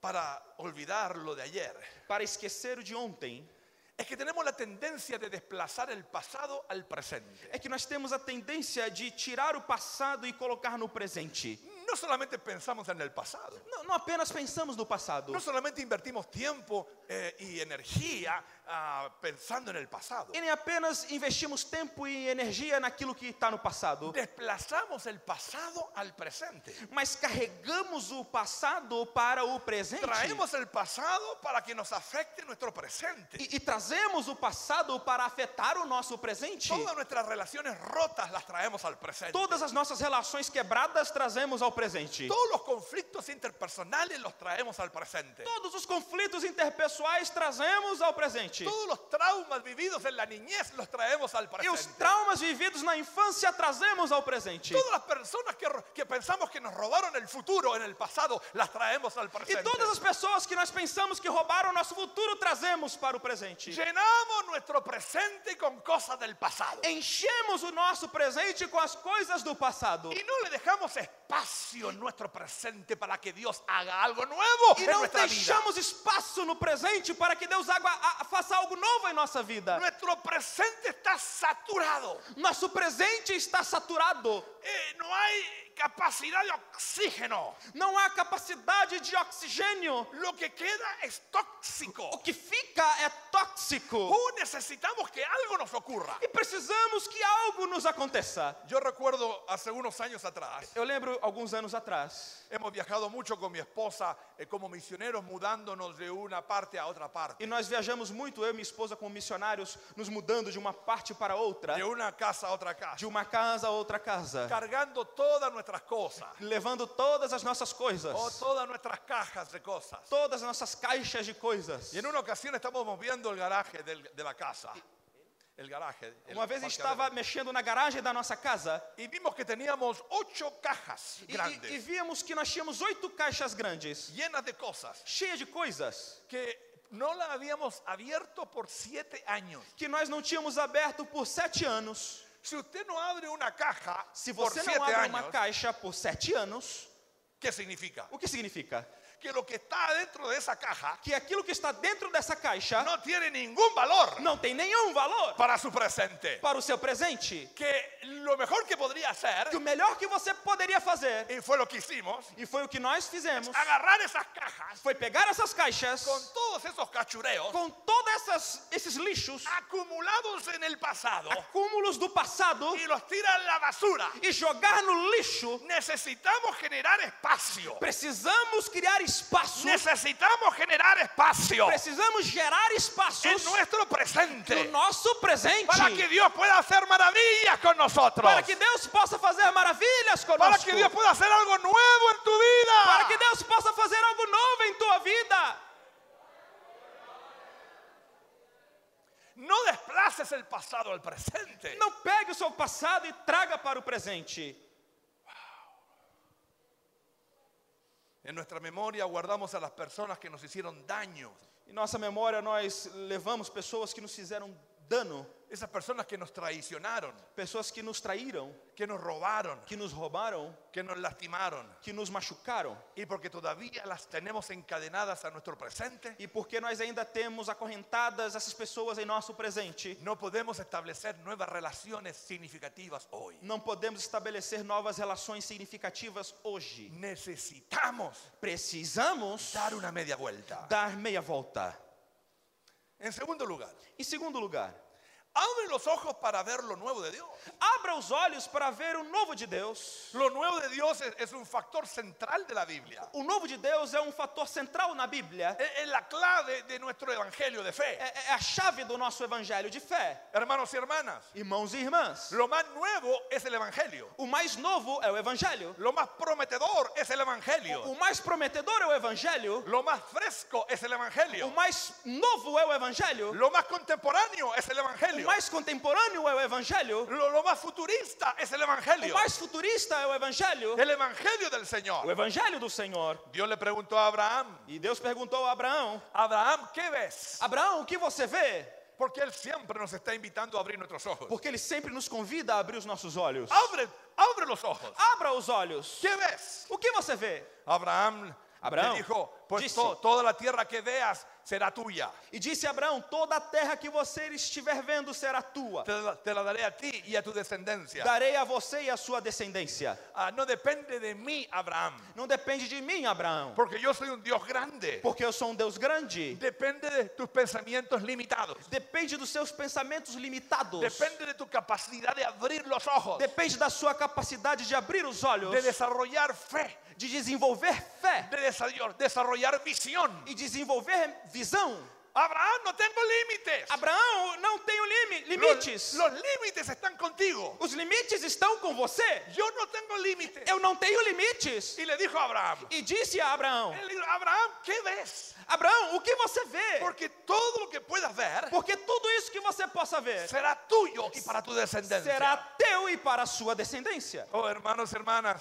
S1: para olvidar lo de ayer,
S2: para esquecer o de ontem,
S1: es que tenemos la tendencia de desplazar el pasado al presente.
S2: é que nós temos a tendência de tirar o passado e colocar no presente.
S1: No solamente pensamos en el pasado,
S2: Não, não apenas pensamos no passado.
S1: no solamente invertimos tiempo eh, y energía ah, pensando en el pasado.
S2: E nem apenas investimos tempo e energia naquilo que está no passado,
S1: Desplazamos el pasado al presente.
S2: mas carregamos o passado para o presente.
S1: Traemos el pasado para que nos afecte nuestro presente.
S2: E, e trazemos o passado para afetar o nosso presente.
S1: Todas nuestras relaciones rotas las traemos al presente.
S2: Todas as nossas relações quebradas trazemos ao presente.
S1: Todos los conflictos interpersonales los traemos al presente.
S2: Todos os conflitos interpessoais trazemos ao presente.
S1: Todos los traumas vividos en la niñez los traemos al
S2: E os
S1: presente.
S2: traumas vividos na infância trazemos ao presente.
S1: Todas las personas que, ro- que pensamos que nos robaron el futuro en el pasado las traemos al
S2: E
S1: presente.
S2: todas as pessoas que nós pensamos que roubaram o nosso futuro trazemos para o presente.
S1: Llenamos nuestro presente con cosas del pasado
S2: Enchemos o nosso presente com as coisas do passado
S1: y no le dejamos espacio espacio en nuestro presente para que Dios haga algo nuevo
S2: E
S1: en
S2: não
S1: nuestra vida.
S2: deixamos espaço no presente para que Deus água- a- faça algo novo em nossa vida.
S1: Nuestro presente está saturado.
S2: Nosso presente está saturado.
S1: Eh, no hay capacidad de oxígeno.
S2: Não há capacidade de oxigênio.
S1: Lo que queda es
S2: O
S1: tóxico.
S2: que fica é tóxico.
S1: Oh, necesitamos que algo nos ocurra.
S2: E precisamos que algo nos aconteça.
S1: Yo recuerdo hace unos años atrás,
S2: Eu lembro alguns anos atrás.
S1: hemos viajado mucho con mi esposa eh, como misioneros, mudándonos de una parte a otra parte,
S2: E nós viajamos muito, eu e minha esposa, como missionários, nos mudando de uma parte para outra,
S1: de una casa a otra
S2: de
S1: casa,
S2: uma casa a outra casa,
S1: cargando todas nuestras cosas,
S2: levando todas as nossas coisas,
S1: o todas nuestras cajas de cosas.
S2: todas as nossas caixas de coisas.
S1: Y en una ocasión estábamos viendo el garaje del- de la casa. El garaje. el
S2: Uma vez
S1: parqueadero.
S2: estava mexendo na garagem da nossa casa
S1: Y vimos que teníamos ocho cajas
S2: e, e- e
S1: grandes,
S2: víamos que nós tínhamos oito caixas grandes,
S1: llenas de cosas,
S2: cheias de coisas,
S1: que no la habíamos abierto por siete años.
S2: que nós não tínhamos aberto por sete anos.
S1: Si usted no abre una caja
S2: Se
S1: por
S2: você
S1: siete
S2: não abre
S1: años,
S2: uma caixa por sete anos,
S1: ¿qué significa?
S2: o que significa?
S1: Que lo que está dentro de esa caja
S2: Que aquilo que está dentro dessa caixa
S1: no tiene ningún valor
S2: não tem nenhum valor
S1: para su presente.
S2: para o seu presente.
S1: Que lo mejor que podría hacer,
S2: Que o melhor que você poderia fazer,
S1: y fue lo que hicimos,
S2: e foi o que nós fizemos,
S1: agarrar esas cajas
S2: foi pegar essas caixas
S1: con todos esos cachureos
S2: com todos esses lixos,
S1: acumulados en el pasado
S2: acúmulos do passado,
S1: y los tira a la basura.
S2: e jogar no lixo.
S1: Necesitamos generar espacio.
S2: Precisamos criar espaço.
S1: Necesitamos generar espacio
S2: Precisamos gerar espaços
S1: en nuestro
S2: no
S1: presente
S2: nosso presente
S1: é para que Dios pueda hacer maravillas con nosotros.
S2: para que Deus possa fazer maravilhas conosco.
S1: Para que Dios pueda hacer algo nuevo en tu
S2: Para que
S1: vida.
S2: Deus possa fazer algo novo em tua vida.
S1: No desplaces el pasado al presente.
S2: Não pegue o seu passado e traga para o presente.
S1: En nuestra memoria guardamos a las personas que nos hicieron daño.
S2: Em nossa memória nós levamos pessoas que nos fizeram dano,
S1: Esas personas que nos traicionaron,
S2: pessoas que nos traíram,
S1: que nos robaron,
S2: que nos roubaram,
S1: que nos lastimaron.
S2: que nos machucaram.
S1: Y porque todavía las tenemos encadenadas a nuestro presente,
S2: E porque nós ainda temos acorrentadas essas pessoas em nosso presente,
S1: no podemos establecer nuevas relaciones significativas hoy.
S2: não podemos estabelecer novas relações significativas hoje.
S1: Necesitamos
S2: Precisamos
S1: dar una media vuelta.
S2: dar meia volta.
S1: En segundo lugar,
S2: Em segundo lugar,
S1: abre los ojos para ver lo nuevo de Dios.
S2: abra os olhos para ver o novo de Deus.
S1: Lo nuevo de Dios es, es un factor central de la Biblia.
S2: O novo de Deus é um fator central na Bíblia.
S1: Es, es la clave de nuestro evangelio de fe.
S2: É, é a chave do nosso evangelho de fé.
S1: Hermanos y hermanas,
S2: Irmãos e irmãs,
S1: lo más nuevo es el evangelio.
S2: o mais novo é o evangelho.
S1: Lo más prometedor es el
S2: O
S1: evangelio.
S2: mais prometedor é o evangelho.
S1: Lo más fresco es el
S2: O
S1: evangelio.
S2: mais novo é o evangelho.
S1: Lo más contemporáneo es el
S2: O
S1: evangelio.
S2: mais contemporâneo é o evangelho.
S1: Lo, lo más futurista es el
S2: O
S1: evangelio.
S2: mais futurista é o evangelho.
S1: El evangelio del
S2: O
S1: Señor.
S2: evangelho do Senhor.
S1: Dios le preguntó a Abraham,
S2: E Deus perguntou a Abraão:
S1: Abraham, ¿qué ves?
S2: Abraão, o que você vê?
S1: Porque Él siempre nos está invitando a abrir nuestros ojos.
S2: Porque ele sempre nos convida a abrir os nossos olhos.
S1: Abre, abre los ojos.
S2: Abra os olhos.
S1: ¿Qué ves?
S2: O que você vê?
S1: Abraham,
S2: Abraham
S1: le dijo, pues
S2: dice-
S1: to- toda la tierra que veas será tuya.
S2: E disse Abraão: Toda a terra que você estiver vendo será tua.
S1: Te la, te la daré a ti y a tu descendencia.
S2: Darei a você e a sua descendência.
S1: Ah, no depende de mí, Abraham,
S2: Não depende de mim, Abraão,
S1: porque yo soy un Dios grande.
S2: porque eu sou um Deus grande.
S1: Depende de tus pensamientos limitados.
S2: Depende dos seus pensamentos limitados.
S1: Depende de tu capacidad de abrir los ojos,
S2: Depende da sua capacidade de abrir os olhos,
S1: de desarrollar fe,
S2: de desenvolver fé
S1: de desa- desarrollar visión.
S2: e desenvolver visão.
S1: Abraham, no tengo límites.
S2: Abraão, não tenho limi-
S1: Los,
S2: limites.
S1: los límites están contigo.
S2: Os limites estão com você.
S1: Yo no tengo límites.
S2: Eu não tenho limites.
S1: Y le dijo a Abraham,
S2: E disse a Abraão:
S1: él dijo, Abraham, ¿qué ves?
S2: Abraão, o que você vê?
S1: Porque todo lo que puedas ver
S2: Porque tudo isso que você possa ver
S1: será tuyo y para tu descendencia.
S2: será teu e para a sua descendência.
S1: Oh, hermanos, hermanas,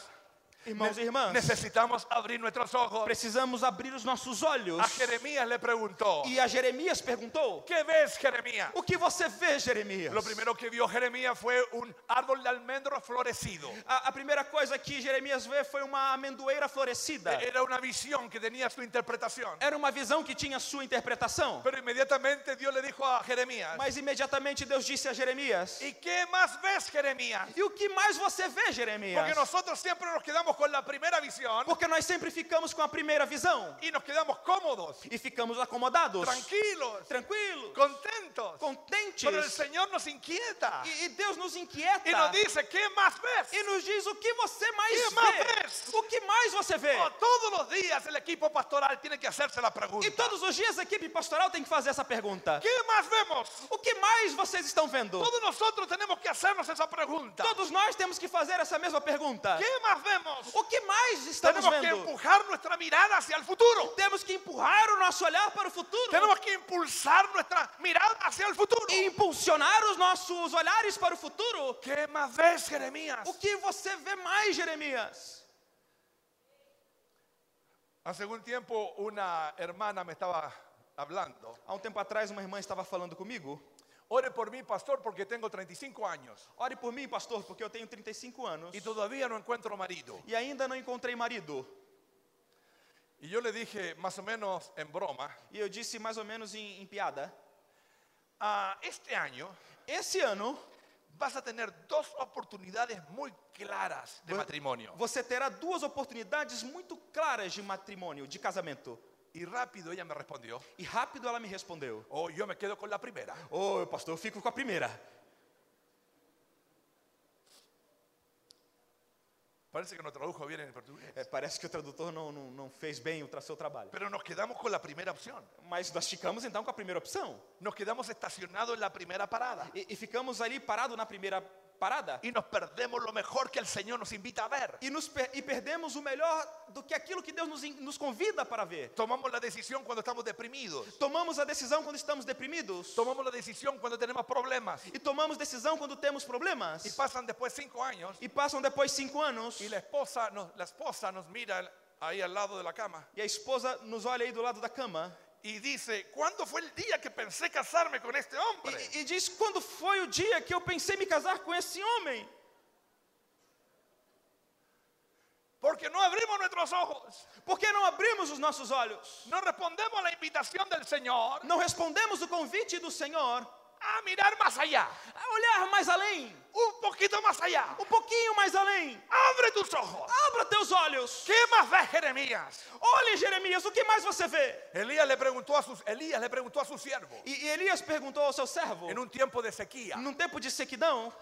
S2: irmãos e irmãs,
S1: necesitamos abrir nuestros ojos.
S2: precisamos abrir os nossos olhos.
S1: A Jeremías le preguntó,
S2: E a Jeremias perguntou:
S1: ¿qué ves Jeremías?
S2: O que você vê, Jeremias?
S1: Lo primero que vio Jeremías fue un árbol de almendro florecido.
S2: A, a primeira coisa que Jeremias vê foi uma amendoeira florescida.
S1: Era una visión que tenía su interpretación.
S2: Era uma visão que tinha sua interpretação.
S1: Pero inmediatamente Dios le dijo a Jeremías,
S2: Mas imediatamente Deus disse a Jeremias:
S1: ¿y qué más ves Jeremías?
S2: E o que mais você vê,
S1: Porque
S2: Jeremias?
S1: nosotros siempre nos quedamos con la primera visión
S2: Porque nós sempre ficamos com a primeira visão
S1: y nos quedamos cómodos,
S2: e ficamos acomodados,
S1: tranquilos,
S2: tranquilos,
S1: contentos. Pero el
S2: contentes.
S1: Señor nos inquieta
S2: E, e Deus nos inquieta
S1: y nos dice, ¿qué más ves?
S2: e nos diz o que você mais
S1: Que mais vê?
S2: vê. O que mais você vê?
S1: Oh, todos los días el equipo pastoral tiene que hacerse la pregunta.
S2: E todos os dias a equipe pastoral tem que fazer essa pergunta.
S1: ¿Qué más vemos?
S2: O que mais vocês estão vendo?
S1: Todos nosotros tenemos que hacernos esa pregunta.
S2: Todos nós temos que fazer essa mesma pergunta.
S1: ¿Qué más vemos?
S2: O que mais estamos
S1: Tenemos que
S2: vendo?
S1: empujar nuestra mirada hacia el futuro.
S2: Temos que empurrar o nosso olhar para o futuro
S1: Tenemos que impulsar nuestra mirada hacia el futuro.
S2: e impulsionar os nossos olhares para o futuro.
S1: ¿Qué más ves, Jeremías?
S2: O que você vê mais, Jeremias?
S1: Hace un tiempo una hermana me estaba hablando.
S2: Há um tempo atrás, uma irmã estava falando comigo.
S1: Ore por mí, pastor, porque tengo 35 años
S2: Ore por mim, pastor, porque eu tenho 35 anos
S1: y todavía no encuentro marido.
S2: e ainda não encontrei marido.
S1: Y yo le dije, más o menos en broma,
S2: E eu disse mais ou menos em, em piada:
S1: "Ah, este año
S2: Esse ano
S1: vas a tener dos oportunidades muy claras de matrimonio.
S2: você terá duas oportunidades muito claras de matrimônio, de casamento.
S1: Y rápido ella me respondió,
S2: E rápido ela me respondeu:
S1: oh, yo me quedo con la primera.
S2: Ô, pastor, eu fico com a primeira.
S1: Parece que no tradujo bien en portugués.
S2: É, parece que o tradutor não, não, não fez bem o tra- seu trabalho.
S1: Pero nos quedamos con la primera opción.
S2: Mas nós ficamos então com a primeira opção.
S1: Nos quedamos estacionados en la primera parada.
S2: E, e ficamos ali parados na primeira parada.
S1: Y nos perdemos lo mejor que el Señor nos invita a ver.
S2: E, nos per- e perdemos o melhor do que aquilo que Deus nos, in- nos convida para ver.
S1: Tomamos la decisión cuando estamos deprimidos.
S2: Tomamos a decisão quando estamos deprimidos.
S1: Tomamos la decisión cuando tenemos problemas.
S2: E tomamos decisão quando temos problemas.
S1: Y pasan después cinco años
S2: E passam depois cinco anos.
S1: y la esposa nos, la esposa nos mira ahí al lado de la cama
S2: E a esposa nos olha aí do lado da cama.
S1: y dice, ¿cuándo fue el día que pensé casarme con este
S2: E,
S1: hombre?
S2: e- e diz: Quando foi o dia que eu pensei me casar com esse homem?
S1: Porque no abrimos nuestros ojos.
S2: Por que não abrimos os nossos olhos?
S1: No respondemos a la invitación del Señor
S2: Não respondemos o convite do Senhor
S1: a mirar más allá.
S2: a olhar mais além,
S1: Un poquito más allá.
S2: um pouquinho mais além.
S1: Abre tus ojos.
S2: Abra teus olhos.
S1: ¿Qué más ves, Jeremías?
S2: Olhe, Jeremias, o que mais você vê?
S1: Elías le preguntó a sus Elías le preguntó a su siervo
S2: E, e Elias perguntou ao seu servo,
S1: en un tiempo de sequía,
S2: num tempo de sequidão,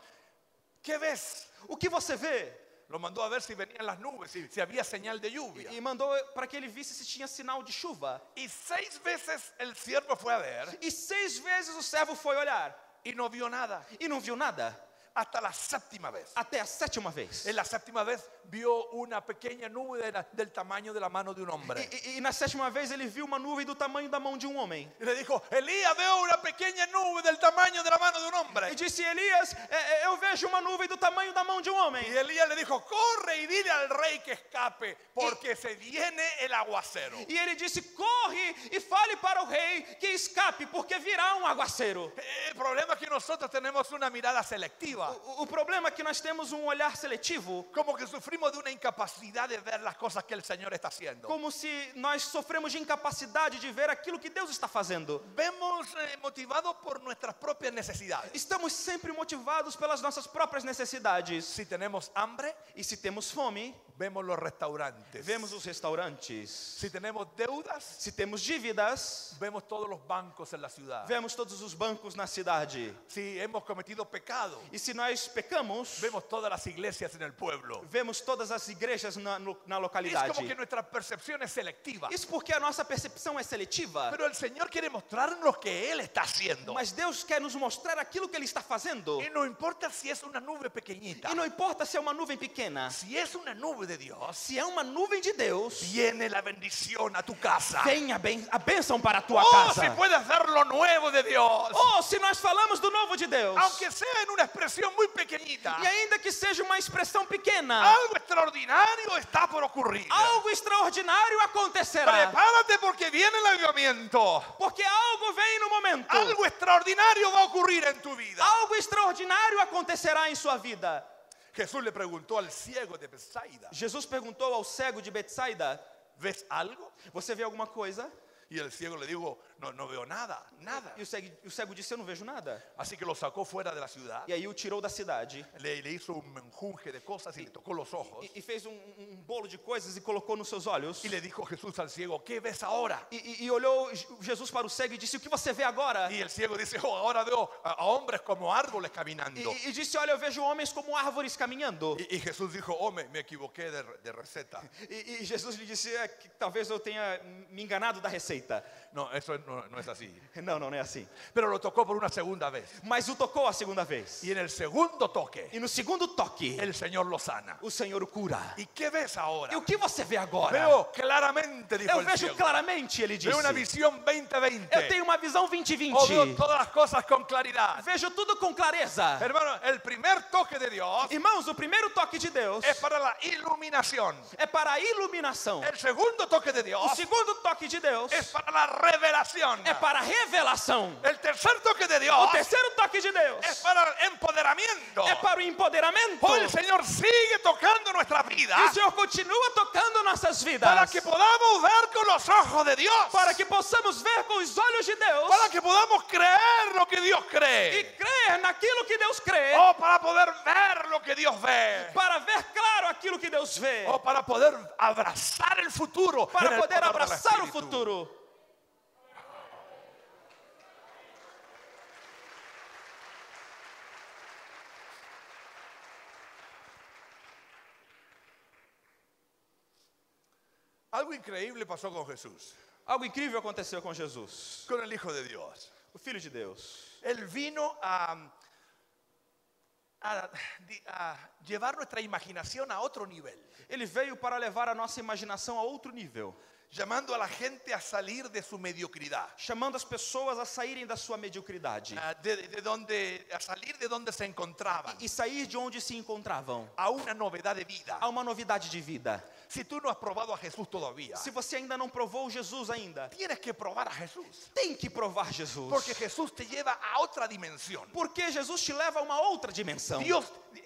S1: ¿qué ves?
S2: o que você vê?
S1: Lo mandó a ver si venían las nubes, si, si había señal de lluvia.
S2: E mandou para que ele visse se tinha sinal de chuva.
S1: Y seis veces el siervo fue a ver
S2: E seis vezes o servo foi olhar
S1: y no vio nada.
S2: e não viu nada,
S1: Hasta la séptima vez.
S2: até a sétima vez.
S1: En la séptima vez vio una pequeña nube de la- del tamaño de la mano de un hombre.
S2: E, e- e na sétima vez ele viu uma nuvem do tamanho da mão de um homem.
S1: Y le dijo, Elías, veo una pequeña nube del tamaño de la mano de un
S2: E
S1: hombre.
S2: disse: Elias, é, é, eu vejo uma nuvem do tamanho da mão de um homem.
S1: Y Elías le dijo, corre y dile al rey que escape, porque se viene el aguacero.
S2: E ele disse: Corre e fale para o rei que escape, porque virá um aguaceiro.
S1: El problema es que nosotros tenemos una mirada selectiva.
S2: O, o problema é que nós temos um olhar seletivo,
S1: Como que sufrimos de una incapacidad de ver las cosas que el Señor está haciendo.
S2: como se nós sofremos de incapacidade de ver aquilo que Deus está fazendo.
S1: Vemos eh, motivados por nuestras propias necesidades.
S2: Estamos sempre motivados pelas nossas próprias necessidades.
S1: Si tenemos hambre,
S2: E se temos fome,
S1: vemos los restaurantes.
S2: vemos os restaurantes.
S1: Si tenemos deudas,
S2: Se temos dívidas,
S1: vemos todos los bancos en la ciudad.
S2: vemos todos os bancos na cidade.
S1: Si hemos cometido pecado,
S2: E se nós pecamos,
S1: vemos todas las iglesias en el pueblo.
S2: vemos todas as igrejas na, no- na
S1: Es
S2: localidade.
S1: como que nuestra percepción es selectiva.
S2: Isso porque a nossa percepção é seletiva.
S1: Pero el Señor quiere mostrarnos lo que Él está haciendo.
S2: Mas Deus quer nos mostrar aquilo que Ele está fazendo.
S1: Y no importa si es una nube pequeñita.
S2: E não importa se é uma nuvem pequena.
S1: Si es una nube nube de Dios,
S2: Se é uma nuvem de Deus,
S1: viene la bendición a tu casa.
S2: vem a, ben, a bênção para a tua
S1: tá. Oh, assim.
S2: casa.
S1: si puedes ver lo nuevo de Dios,
S2: Ou se nós falamos do novo de Deus,
S1: aunque sea en una expresión muy pequeñita,
S2: e ainda que seja uma expressão pequena,
S1: algo extraordinario está por ocurrir.
S2: algo extraordínário acontecerá.
S1: Prepárate porque viene el avivamiento.
S2: Porque algo vem no momento.
S1: Algo extraordinario va a ocurrir en tu vida.
S2: Algo extraordinário acontecerá em sua vida.
S1: Jesús le preguntó al ciego de Bethsaida,
S2: Jesus perguntou ao cego de Betsaida:
S1: ¿ves algo?
S2: Você vê alguma coisa?
S1: Y el ciego le dijo, no, no veo nada, nada.
S2: E o cego, o cego disse: Eu não vejo nada.
S1: Así que lo sacó fuera de la ciudad,
S2: E aí o tirou da cidade
S1: le, le hizo un menjunje de cosas y le tocó los ojos.
S2: e, e fez um, um- um bolo de coisas e colocou nos seus olhos.
S1: Y le dijo Jesús al ciego, ¿qué ves ahora?
S2: E, e- e olhou Je- Jesus para o cego e disse: O que você vê agora?
S1: Y el ciego dice, oh, ahora veo a, a hombres como árboles
S2: E,
S1: caminando.
S2: e- e disse: Olha, eu vejo homens como árvores caminhando.
S1: Y, y Jesús dijo, oh, me, me equivoqué de, re- de receta.
S2: E, e Jesus lhe disse: "É, que Talvez eu tenha me enganado da receita.
S1: No, eso no, no es así.
S2: Não, não, não é assim.
S1: Pero lo tocó por una segunda vez.
S2: Mas o tocou a segunda vez.
S1: Y en el segundo toque,
S2: E no segundo toque,
S1: el Señor lo sana.
S2: o Senhor o cura.
S1: ¿Y qué ves ahora?
S2: E o que você vê agora?
S1: Veo claramente, dijo
S2: Eu
S1: el
S2: vejo
S1: ciego.
S2: claramente, ele disse.
S1: Veo una visión 2020.
S2: Eu tenho uma visão 2020.
S1: O veo todas las cosas con claridad.
S2: Vejo tudo com clareza.
S1: Hermano, el primer toque de Dios
S2: Irmãos, o primeiro toque de Deus
S1: es para la iluminación.
S2: é para a iluminação.
S1: El segundo toque de
S2: O
S1: Dios
S2: segundo toque de Deus
S1: es para la revelación.
S2: é para a revelação.
S1: El tercer toque de
S2: O
S1: Dios
S2: terceiro toque de Deus
S1: es para el empoderamiento.
S2: é para o empoderamento.
S1: Hoy el Señor sigue tocando nuestra vida
S2: E o Senhor continua tocando nossas vidas
S1: tá? para que podamos ver con los ojos de Dios.
S2: para que possamos ver com os olhos de Deus
S1: Para que podamos creer lo que Dios
S2: e
S1: cree.
S2: crer naquilo que Deus crê,
S1: O para poder ver lo que Dios ve.
S2: para ver claro aquilo que Deus vê.
S1: O para poder abrazar el futuro. en
S2: para
S1: el
S2: poder
S1: poder del
S2: abraçar o
S1: Espíritu.
S2: futuro.
S1: Algo increíble pasó con Jesús,
S2: Algo incrível aconteceu com Jesus,
S1: con el Hijo de Dios.
S2: o Filho de Deus.
S1: Él vino a, a- di- a llevar nuestra imaginación a otro nivel,
S2: Ele veio para levar a nossa imaginação a outro nível,
S1: llamando a la gente a salir de su mediocridad,
S2: chamando as pessoas a saírem da sua mediocridade
S1: a, Ah, de- de donde, a salir de donde se encontraban,
S2: e sair de onde se encontravam.
S1: a una novedad de vida.
S2: Há uma novidade de vida.
S1: Si tú no has probado a Jesús todavía,
S2: Se você ainda não provou Jesus ainda,
S1: tienes que probar a Jesús,
S2: tem que provar Jesus.
S1: porque Jesús te lleva a otra dimensión.
S2: Porque Jesus te leva a uma outra dimensão.
S1: Dios,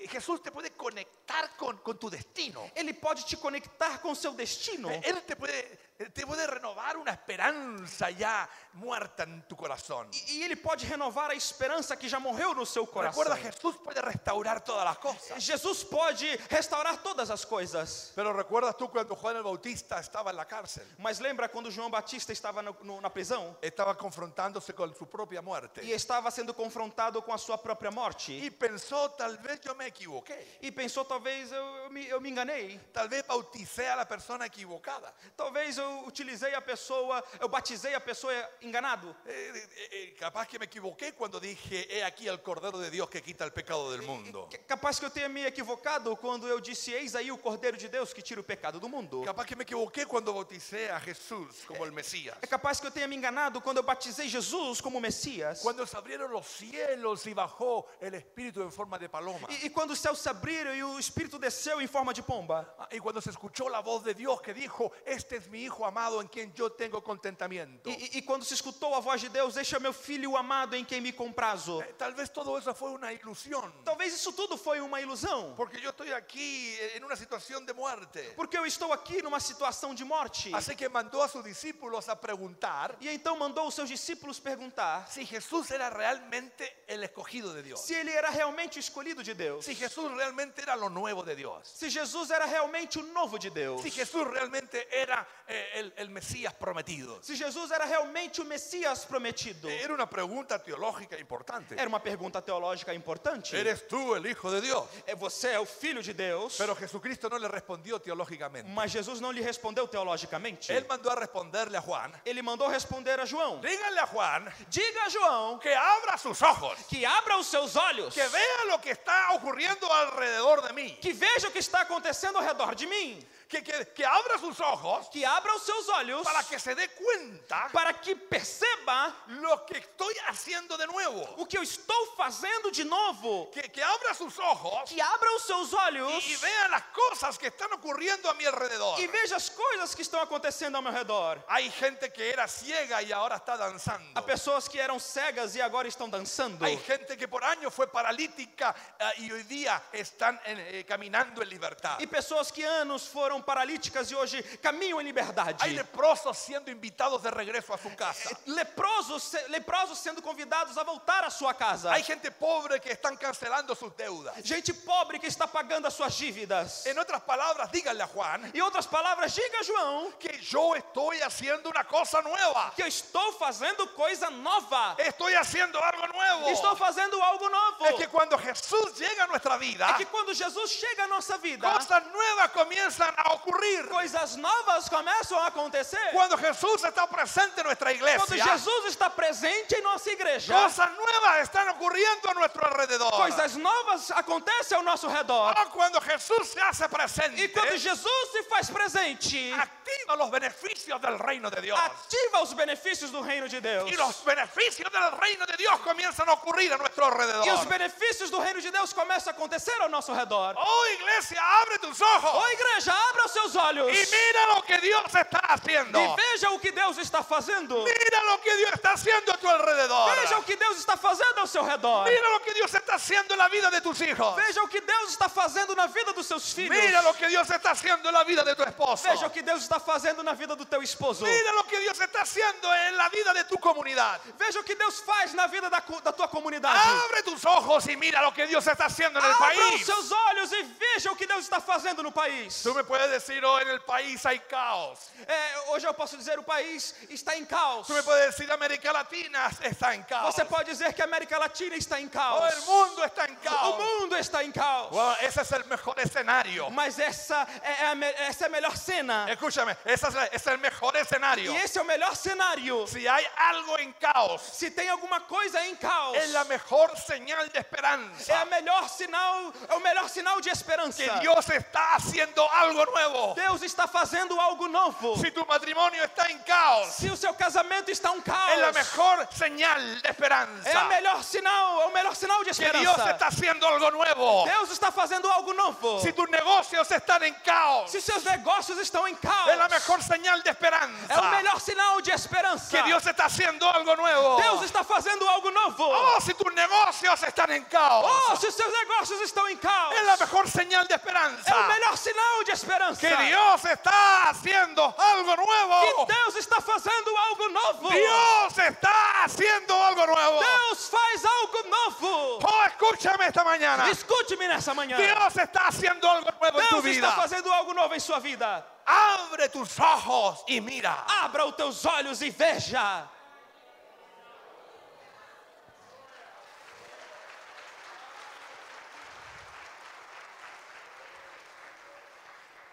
S1: Jesús te puede conectar con, con tu destino.
S2: Ele pode te conectar com seu destino.
S1: Eh, Él te puede, te puede renovar una esperanza ya muerta en tu corazón.
S2: E e ele pode renovar a esperança que já morreu no seu coração.
S1: Recuerda, Jesús puede restaurar todas las cosas.
S2: Jesus pode restaurar todas as coisas.
S1: Pero recuerdas tú cuando Juan el Bautista estaba en la cárcel,
S2: Mas lembra quando João Batista estava no- no- na prisão
S1: estaba confrontándose con su propia
S2: e
S1: muerte
S2: estava sendo confrontado com a sua própria morte?
S1: y pensó, tal vez yo me equivoquei,
S2: E pensou, talvez eu, eu me, eu me enganei.
S1: tal vez bauticé a la persona equivocada.
S2: Talvez eu utilizei a pessoa, eu batizei a pessoa é enganado.
S1: Eh, eh, eh, capaz que me equivoqué cuando dije, he aquí el Cordero de Dios que quita el pecado del mundo.
S2: Que- É Capaz que eu tenha me equivocado quando eu disse, eis aí o Cordeiro de Deus que tira o pecado do mundo.
S1: Capaz que me equivoqué cuando bauticé a Jesús como el Mesías.
S2: É capaz que eu tenha me enganado quando eu batizei Jesus como Messias.
S1: Cuando se abrieron los cielos y bajó el Espíritu en forma de paloma.
S2: E, e quando os céus se abriram y o Espírito desceu em forma de pomba.
S1: Ah, Y cuando se escuchó la voz de Dios que dijo, este es mi Hijo amado en quien yo tengo contentamiento.
S2: E, e- e quando se escutou a voz de Deus, este é meu filho amado em quem me comprazo.
S1: Eh, Tal vez todo eso fue una ilusión.
S2: Talvez isso tudo foi uma ilusão,
S1: Porque yo estoy aquí en una situación de muerte.
S2: porque eu estou aqui numa situação de morte.
S1: Así que mandó a sus discípulos a preguntar
S2: E então mandou os seus discípulos perguntar
S1: si Jesús era realmente el escogido de Dios.
S2: se ele era realmente o escolhido de Deus,
S1: Si Jesús realmente era lo nuevo de Dios.
S2: se Jesus era realmente o novo de Deus,
S1: Si Jesús realmente era eh, el, el Mesías prometido?
S2: Se Jesus era realmente o Messias prometido?
S1: Era una pregunta teológica importante.
S2: Era uma pergunta teológica importante.
S1: ¿Eres tú el Hijo de Dios?
S2: É você é o filho de Deus?
S1: Pero Jesucristo no le respondió teológicamente.
S2: Mas Jesus não lhe respondeu teologicamente.
S1: Él mandó a responderle a Juan.
S2: Ele mandou responder a João.
S1: Díganle a Juan
S2: Diga a João
S1: que abra sus ojos,
S2: que abra os seus olhos,
S1: que vea lo que está ocurriendo alrededor de mí.
S2: que veja o que está acontecendo ao redor de mim,
S1: Que, que- que abra sus ojos
S2: que abra os seus olhos
S1: para que se dé cuenta
S2: para que perceba
S1: lo que estoy haciendo de nuevo.
S2: o que eu estou fazendo de novo.
S1: Que, que abra sus ojos
S2: Que abra os seus olhos
S1: y, y vea las cosas que están ocurriendo a mi alrededor.
S2: e veja as coisas que estão acontecendo ao meu redor.
S1: Hay gente que era ciega y ahora está danzando.
S2: Há pessoas que eram cegas e agora estão dançando.
S1: Hay gente que por años fue paralítica eh, y hoy día están eh, eh, caminando en libertad.
S2: E pessoas que anos foram paralíticas e hoje caminham em liberdade.
S1: Hay leprosos siendo invitados de regreso a su casa.
S2: Leprosos, se- leprosos sendo convidados a voltar à sua casa.
S1: Hay gente pobre que están cancelando sus deudas.
S2: Gente pobre que está pagando as suas dívidas.
S1: En otras palabras, díganle a Juan
S2: Em outras palavras, diga a João
S1: que yo estoy haciendo una cosa nueva.
S2: que eu estou fazendo coisa nova.
S1: Estoy haciendo algo nuevo.
S2: Estou fazendo algo novo.
S1: Es É que cuando Jesús llega a nuestra vida,
S2: É que quando Jesus chega à nossa vida,
S1: cosas nuevas comienzan a ocurrir.
S2: coisas novas começam a acontecer.
S1: Cuando Jesús está presente en nuestra
S2: Quando
S1: iglesia,
S2: Jesus está presente em nossa igreja,
S1: cosas nuevas están ocurriendo a nuestro alrededor.
S2: coisas novas acontecem ao nosso redor.
S1: Ah, Cuando Jesús se hace
S2: E
S1: presente,
S2: quando Jesus se faz presente,
S1: activa los beneficios del reino de Dios.
S2: ativa os benefícios do reino de Deus.
S1: Y los beneficios del reino de Dios comienzan a ocurrir a nuestro alrededor.
S2: E os benefícios do reino de Deus começam a acontecer ao nosso redor.
S1: Oh iglesia, abre tus ojos
S2: Ô igreja, abra os seus olhos
S1: y mira lo que Dios está haciendo.
S2: e veja o que Deus está fazendo.
S1: Mira lo que Dios está haciendo a tu alrededor.
S2: Veja o que Deus está fazendo ao seu redor.
S1: Mira lo que Dios está haciendo en la vida de tus hijos.
S2: Veja o que Deus está fazendo na vida dos seus filhos.
S1: Mira lo que Dios está haciendo en la vida de tu esposo.
S2: Veja o que Deus está fazendo na vida do teu esposo.
S1: Mira lo que Dios está haciendo en la vida de tu comunidad.
S2: Veja o que Deus faz na vida da, cu- da tua comunidade.
S1: Abre tus ojos y mira lo que Dios está haciendo en el
S2: Abra os
S1: país.
S2: seus olhos e veja o que Deus está fazendo no país.
S1: Tú me puedes decir, oh, en el país hay caos.
S2: É, hoje eu posso dizer o país está em caos.
S1: Tú me puedes decir, América Latina está en caos.
S2: Você pode dizer que a América Latina está em
S1: Oh,
S2: caos.
S1: el mundo está en
S2: O
S1: caos.
S2: mundo está em caos.
S1: Bueno, ese es el mejor escenario.
S2: Mas essa é, é a, me- essa é a melhor cena.
S1: Escúchame, ese es, la- es el mejor escenario.
S2: E esse é o melhor cenário.
S1: Si hay algo en caos,
S2: Se tem alguma coisa em caos,
S1: es la mejor señal de
S2: é a
S1: esperanza.
S2: melhor sinal, é o melhor sinal de esperança.
S1: Que Dios está haciendo algo nuevo.
S2: Deus está fazendo algo novo.
S1: Si tu matrimonio está en caos,
S2: Se o seu casamento está um caos,
S1: es la mejor señal de
S2: é a
S1: esperanza.
S2: melhor sinal, é o melhor sinal de
S1: Que Dios
S2: esperança.
S1: está haciendo algo nuevo.
S2: Deus está fazendo algo novo.
S1: Si tus negocios están en caos,
S2: Se seus negócios estão em caos,
S1: es la mejor señal de
S2: é o
S1: esperanza.
S2: melhor sinal de esperança.
S1: Que Dios está haciendo algo nuevo.
S2: Deus está fazendo algo novo.
S1: Oh, si tus negocios están en
S2: Oh,
S1: caos,
S2: se seus negócios estão em caos,
S1: es la mejor señal de
S2: é o
S1: esperanza.
S2: melhor sinal de esperança.
S1: Que Dios está haciendo algo
S2: Que
S1: nuevo.
S2: Deus está fazendo algo novo.
S1: Dios está haciendo algo nuevo.
S2: Deus faz algo novo.
S1: Oh, escúchame esta mañana.
S2: Escute-me nessa manhã.
S1: Dios está haciendo algo nuevo en tu
S2: Deus está
S1: vida.
S2: fazendo algo novo em sua vida.
S1: Abre tus ojos y mira.
S2: Abra os teus olhos e veja.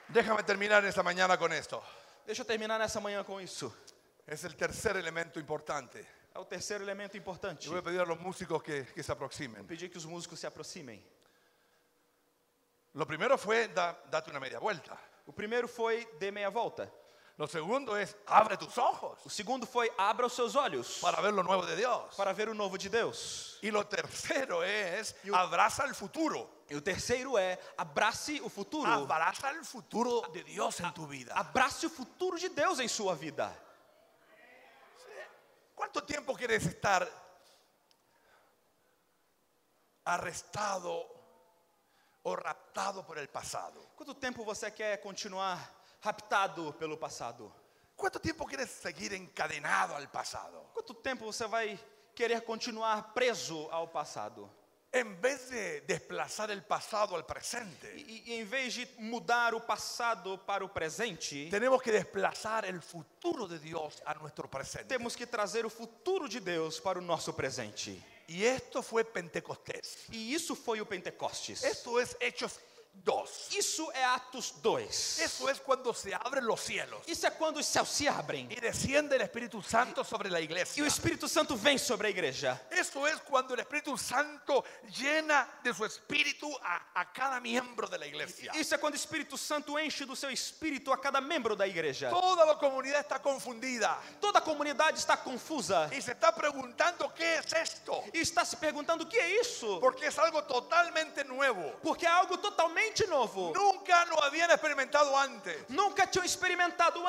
S1: Déjame terminar esta mañana con esto.
S2: Deixa eu terminar nessa manhã com isso.
S1: Es el tercer elemento importante.
S2: É o terceiro elemento importante.
S1: Yo voy a pedir a los músicos que, que se aproximen.
S2: Pedir que os músicos se aproximem.
S1: Lo primero fue da- date una media vuelta.
S2: O primeiro foi dê meia volta.
S1: Lo segundo es abre tus ojos
S2: O segundo foi abra os seus olhos
S1: para ver lo nuevo de Dios.
S2: para ver o novo de Deus.
S1: Y lo tercero es abraza el futuro.
S2: E o terceiro é abrace o futuro.
S1: Abraza el futuro de Dios en tu vida.
S2: Abrace o futuro de Deus em sua vida.
S1: ¿Cuánto tiempo quieres estar arrestado o raptado por el pasado?
S2: Quanto tempo você quer continuar raptado pelo passado?
S1: ¿Cuánto tiempo quieres seguir encadenado al pasado?
S2: Quanto tempo você vai querer continuar preso ao passado?
S1: en vez de desplazar el pasado al presente,
S2: E, e em vez de mudar o passado para o presente,
S1: tenemos que desplazar el futuro de Dios a nuestro presente.
S2: temos que trazer o futuro de Deus para o nosso presente.
S1: Y esto fue Pentecostés.
S2: E isso foi o Pentecostes.
S1: Esto es Hechos 2.
S2: Isso é Atos 2.
S1: Eso es cuando se abren los cielos
S2: Isso é quando os céus se abrem
S1: y desciende el Espíritu Santo sobre la
S2: e
S1: iglesia.
S2: o Espírito Santo vem sobre a igreja.
S1: Eso es cuando el Espíritu Santo llena de su espíritu a, a cada miembro de la iglesia.
S2: Isso é quando o Espírito Santo enche do seu espírito a cada membro da igreja.
S1: Toda la comunidad está confundida
S2: Toda a comunidade está confusa
S1: y se está preguntando qué es esto,
S2: e está se perguntando o que é isso,
S1: porque es algo totalmente nuevo.
S2: porque é algo totalmente novo.
S1: Nunca lo habían experimentado antes.
S2: Nunca tinham experimentado
S1: ¿Qué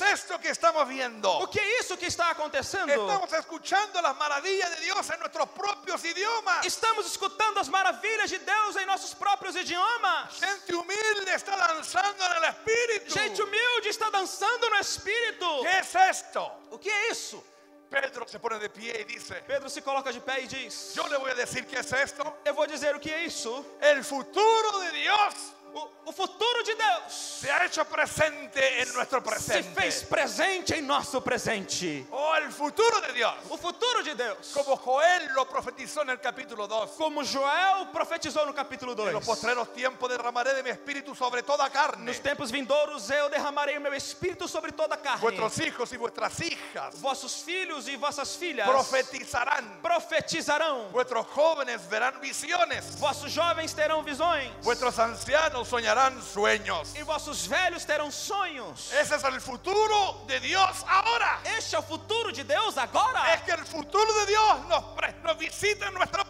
S1: es esto que estamos
S2: O
S1: viendo?
S2: que é isso que está acontecendo?
S1: Estamos escuchando las maravillas de Dios en nuestros propios idiomas.
S2: Estamos escutando as maravilhas de Deus em nossos próprios idiomas.
S1: Gente humilde está danzando en el Espíritu.
S2: Gente humilde está dançando no espírito.
S1: ¿Qué es esto?
S2: O que é isso?
S1: Pedro se pone de pie y dice,
S2: Pedro se coloca de pé e diz:
S1: yo le voy a decir qué es esto.
S2: Eu vou dizer o que é isso.
S1: El futuro de Dios
S2: O, o futuro de Deus
S1: se ha hecho presente en nuestro
S2: se
S1: presente.
S2: fez presente em nosso presente.
S1: Oh, el futuro de Dios.
S2: O futuro de Deus,
S1: Como Joel lo profetizó en el capítulo 2.
S2: como Joel profetizou no capítulo
S1: En los
S2: 2.
S1: postreros tiempos derramaré de mi espíritu sobre toda carne.
S2: Pues. Nos tempos vindouros eu derramarei o meu espírito sobre toda a carne.
S1: Vuestros hijos y vuestras hijas
S2: Vossos filhos e vossas filhas
S1: profetizarán.
S2: profetizarão.
S1: Vuestros jóvenes verán visiones.
S2: Vossos jovens terão visões.
S1: Vuestros ancianos soñarán sueños.
S2: E vossos velhos terão sonhos.
S1: Ese es el futuro de Dios ahora.
S2: Este é o futuro de Deus agora.
S1: Es que el futuro de Dios nos, pre- nos visita en nuestro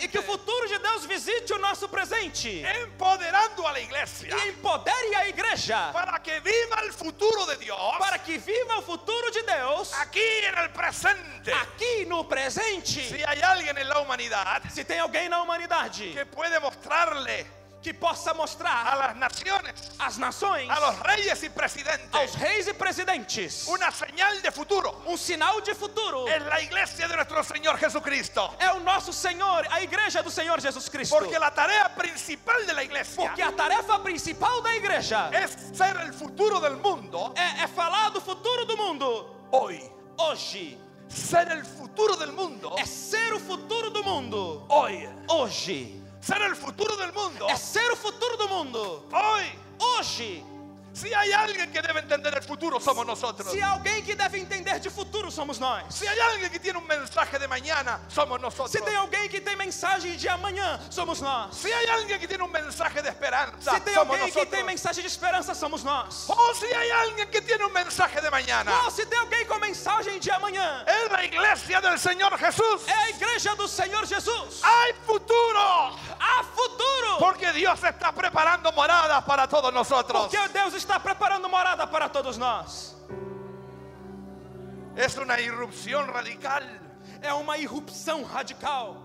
S2: E que
S1: presente,
S2: o futuro de Deus visite o nosso presente.
S1: empoderando a la iglesia
S2: E empodere a igreja
S1: para que viva el futuro de Dios
S2: para que viva o futuro de Deus
S1: aquí en el presente.
S2: aqui no presente.
S1: Si hay alguien en la humanidad
S2: Se tem alguém na humanidade
S1: que puede mostrarle
S2: que possa
S1: a
S2: mostrar
S1: las naciones,
S2: às nações,
S1: a los reyes y
S2: aos
S1: presidentes,
S2: reis e presidentes,
S1: una señal de futuro,
S2: um sinal de futuro
S1: es la iglesia de nuestro Señor Jesucristo.
S2: é o nosso Senhor, a igreja do Senhor Jesus Cristo.
S1: Porque la tarea principal de la iglesia
S2: Porque a tarefa principal da igreja
S1: es ser el futuro del mundo
S2: é, é falar do futuro do mundo
S1: hoy.
S2: hoje.
S1: Ser el futuro del mundo
S2: É ser o futuro do mundo
S1: hoy.
S2: hoje.
S1: Ser el futuro del mundo
S2: É ser o futuro do mundo
S1: hoy.
S2: hoje.
S1: Si hay alguien que debe entender el futuro, somos nosotros.
S2: Se alguém que deve entender de futuro somos nós.
S1: Si hay alguien que tiene un mensaje de mañana, somos nosotros.
S2: Se tem alguém que tem mensagem de amanhã, somos nós.
S1: Si hay alguien que tiene un mensaje de esperanza,
S2: Se tem
S1: Tá, somos
S2: alguém que
S1: nosotros.
S2: tem mensagem de esperança, somos nós.
S1: O si hay alguien que tiene un mensaje de mañana,
S2: Ou se tem alguém com mensagem de amanhã,
S1: es la iglesia del Señor Jesús.
S2: é a igreja do Senhor Jesus.
S1: Hay futuro,
S2: Há futuro!
S1: porque Dios está preparando moradas para todos nosotros.
S2: Porque Deus está preparando morada para todos nós.
S1: Es una irrupción radical.
S2: É uma irrupção radical.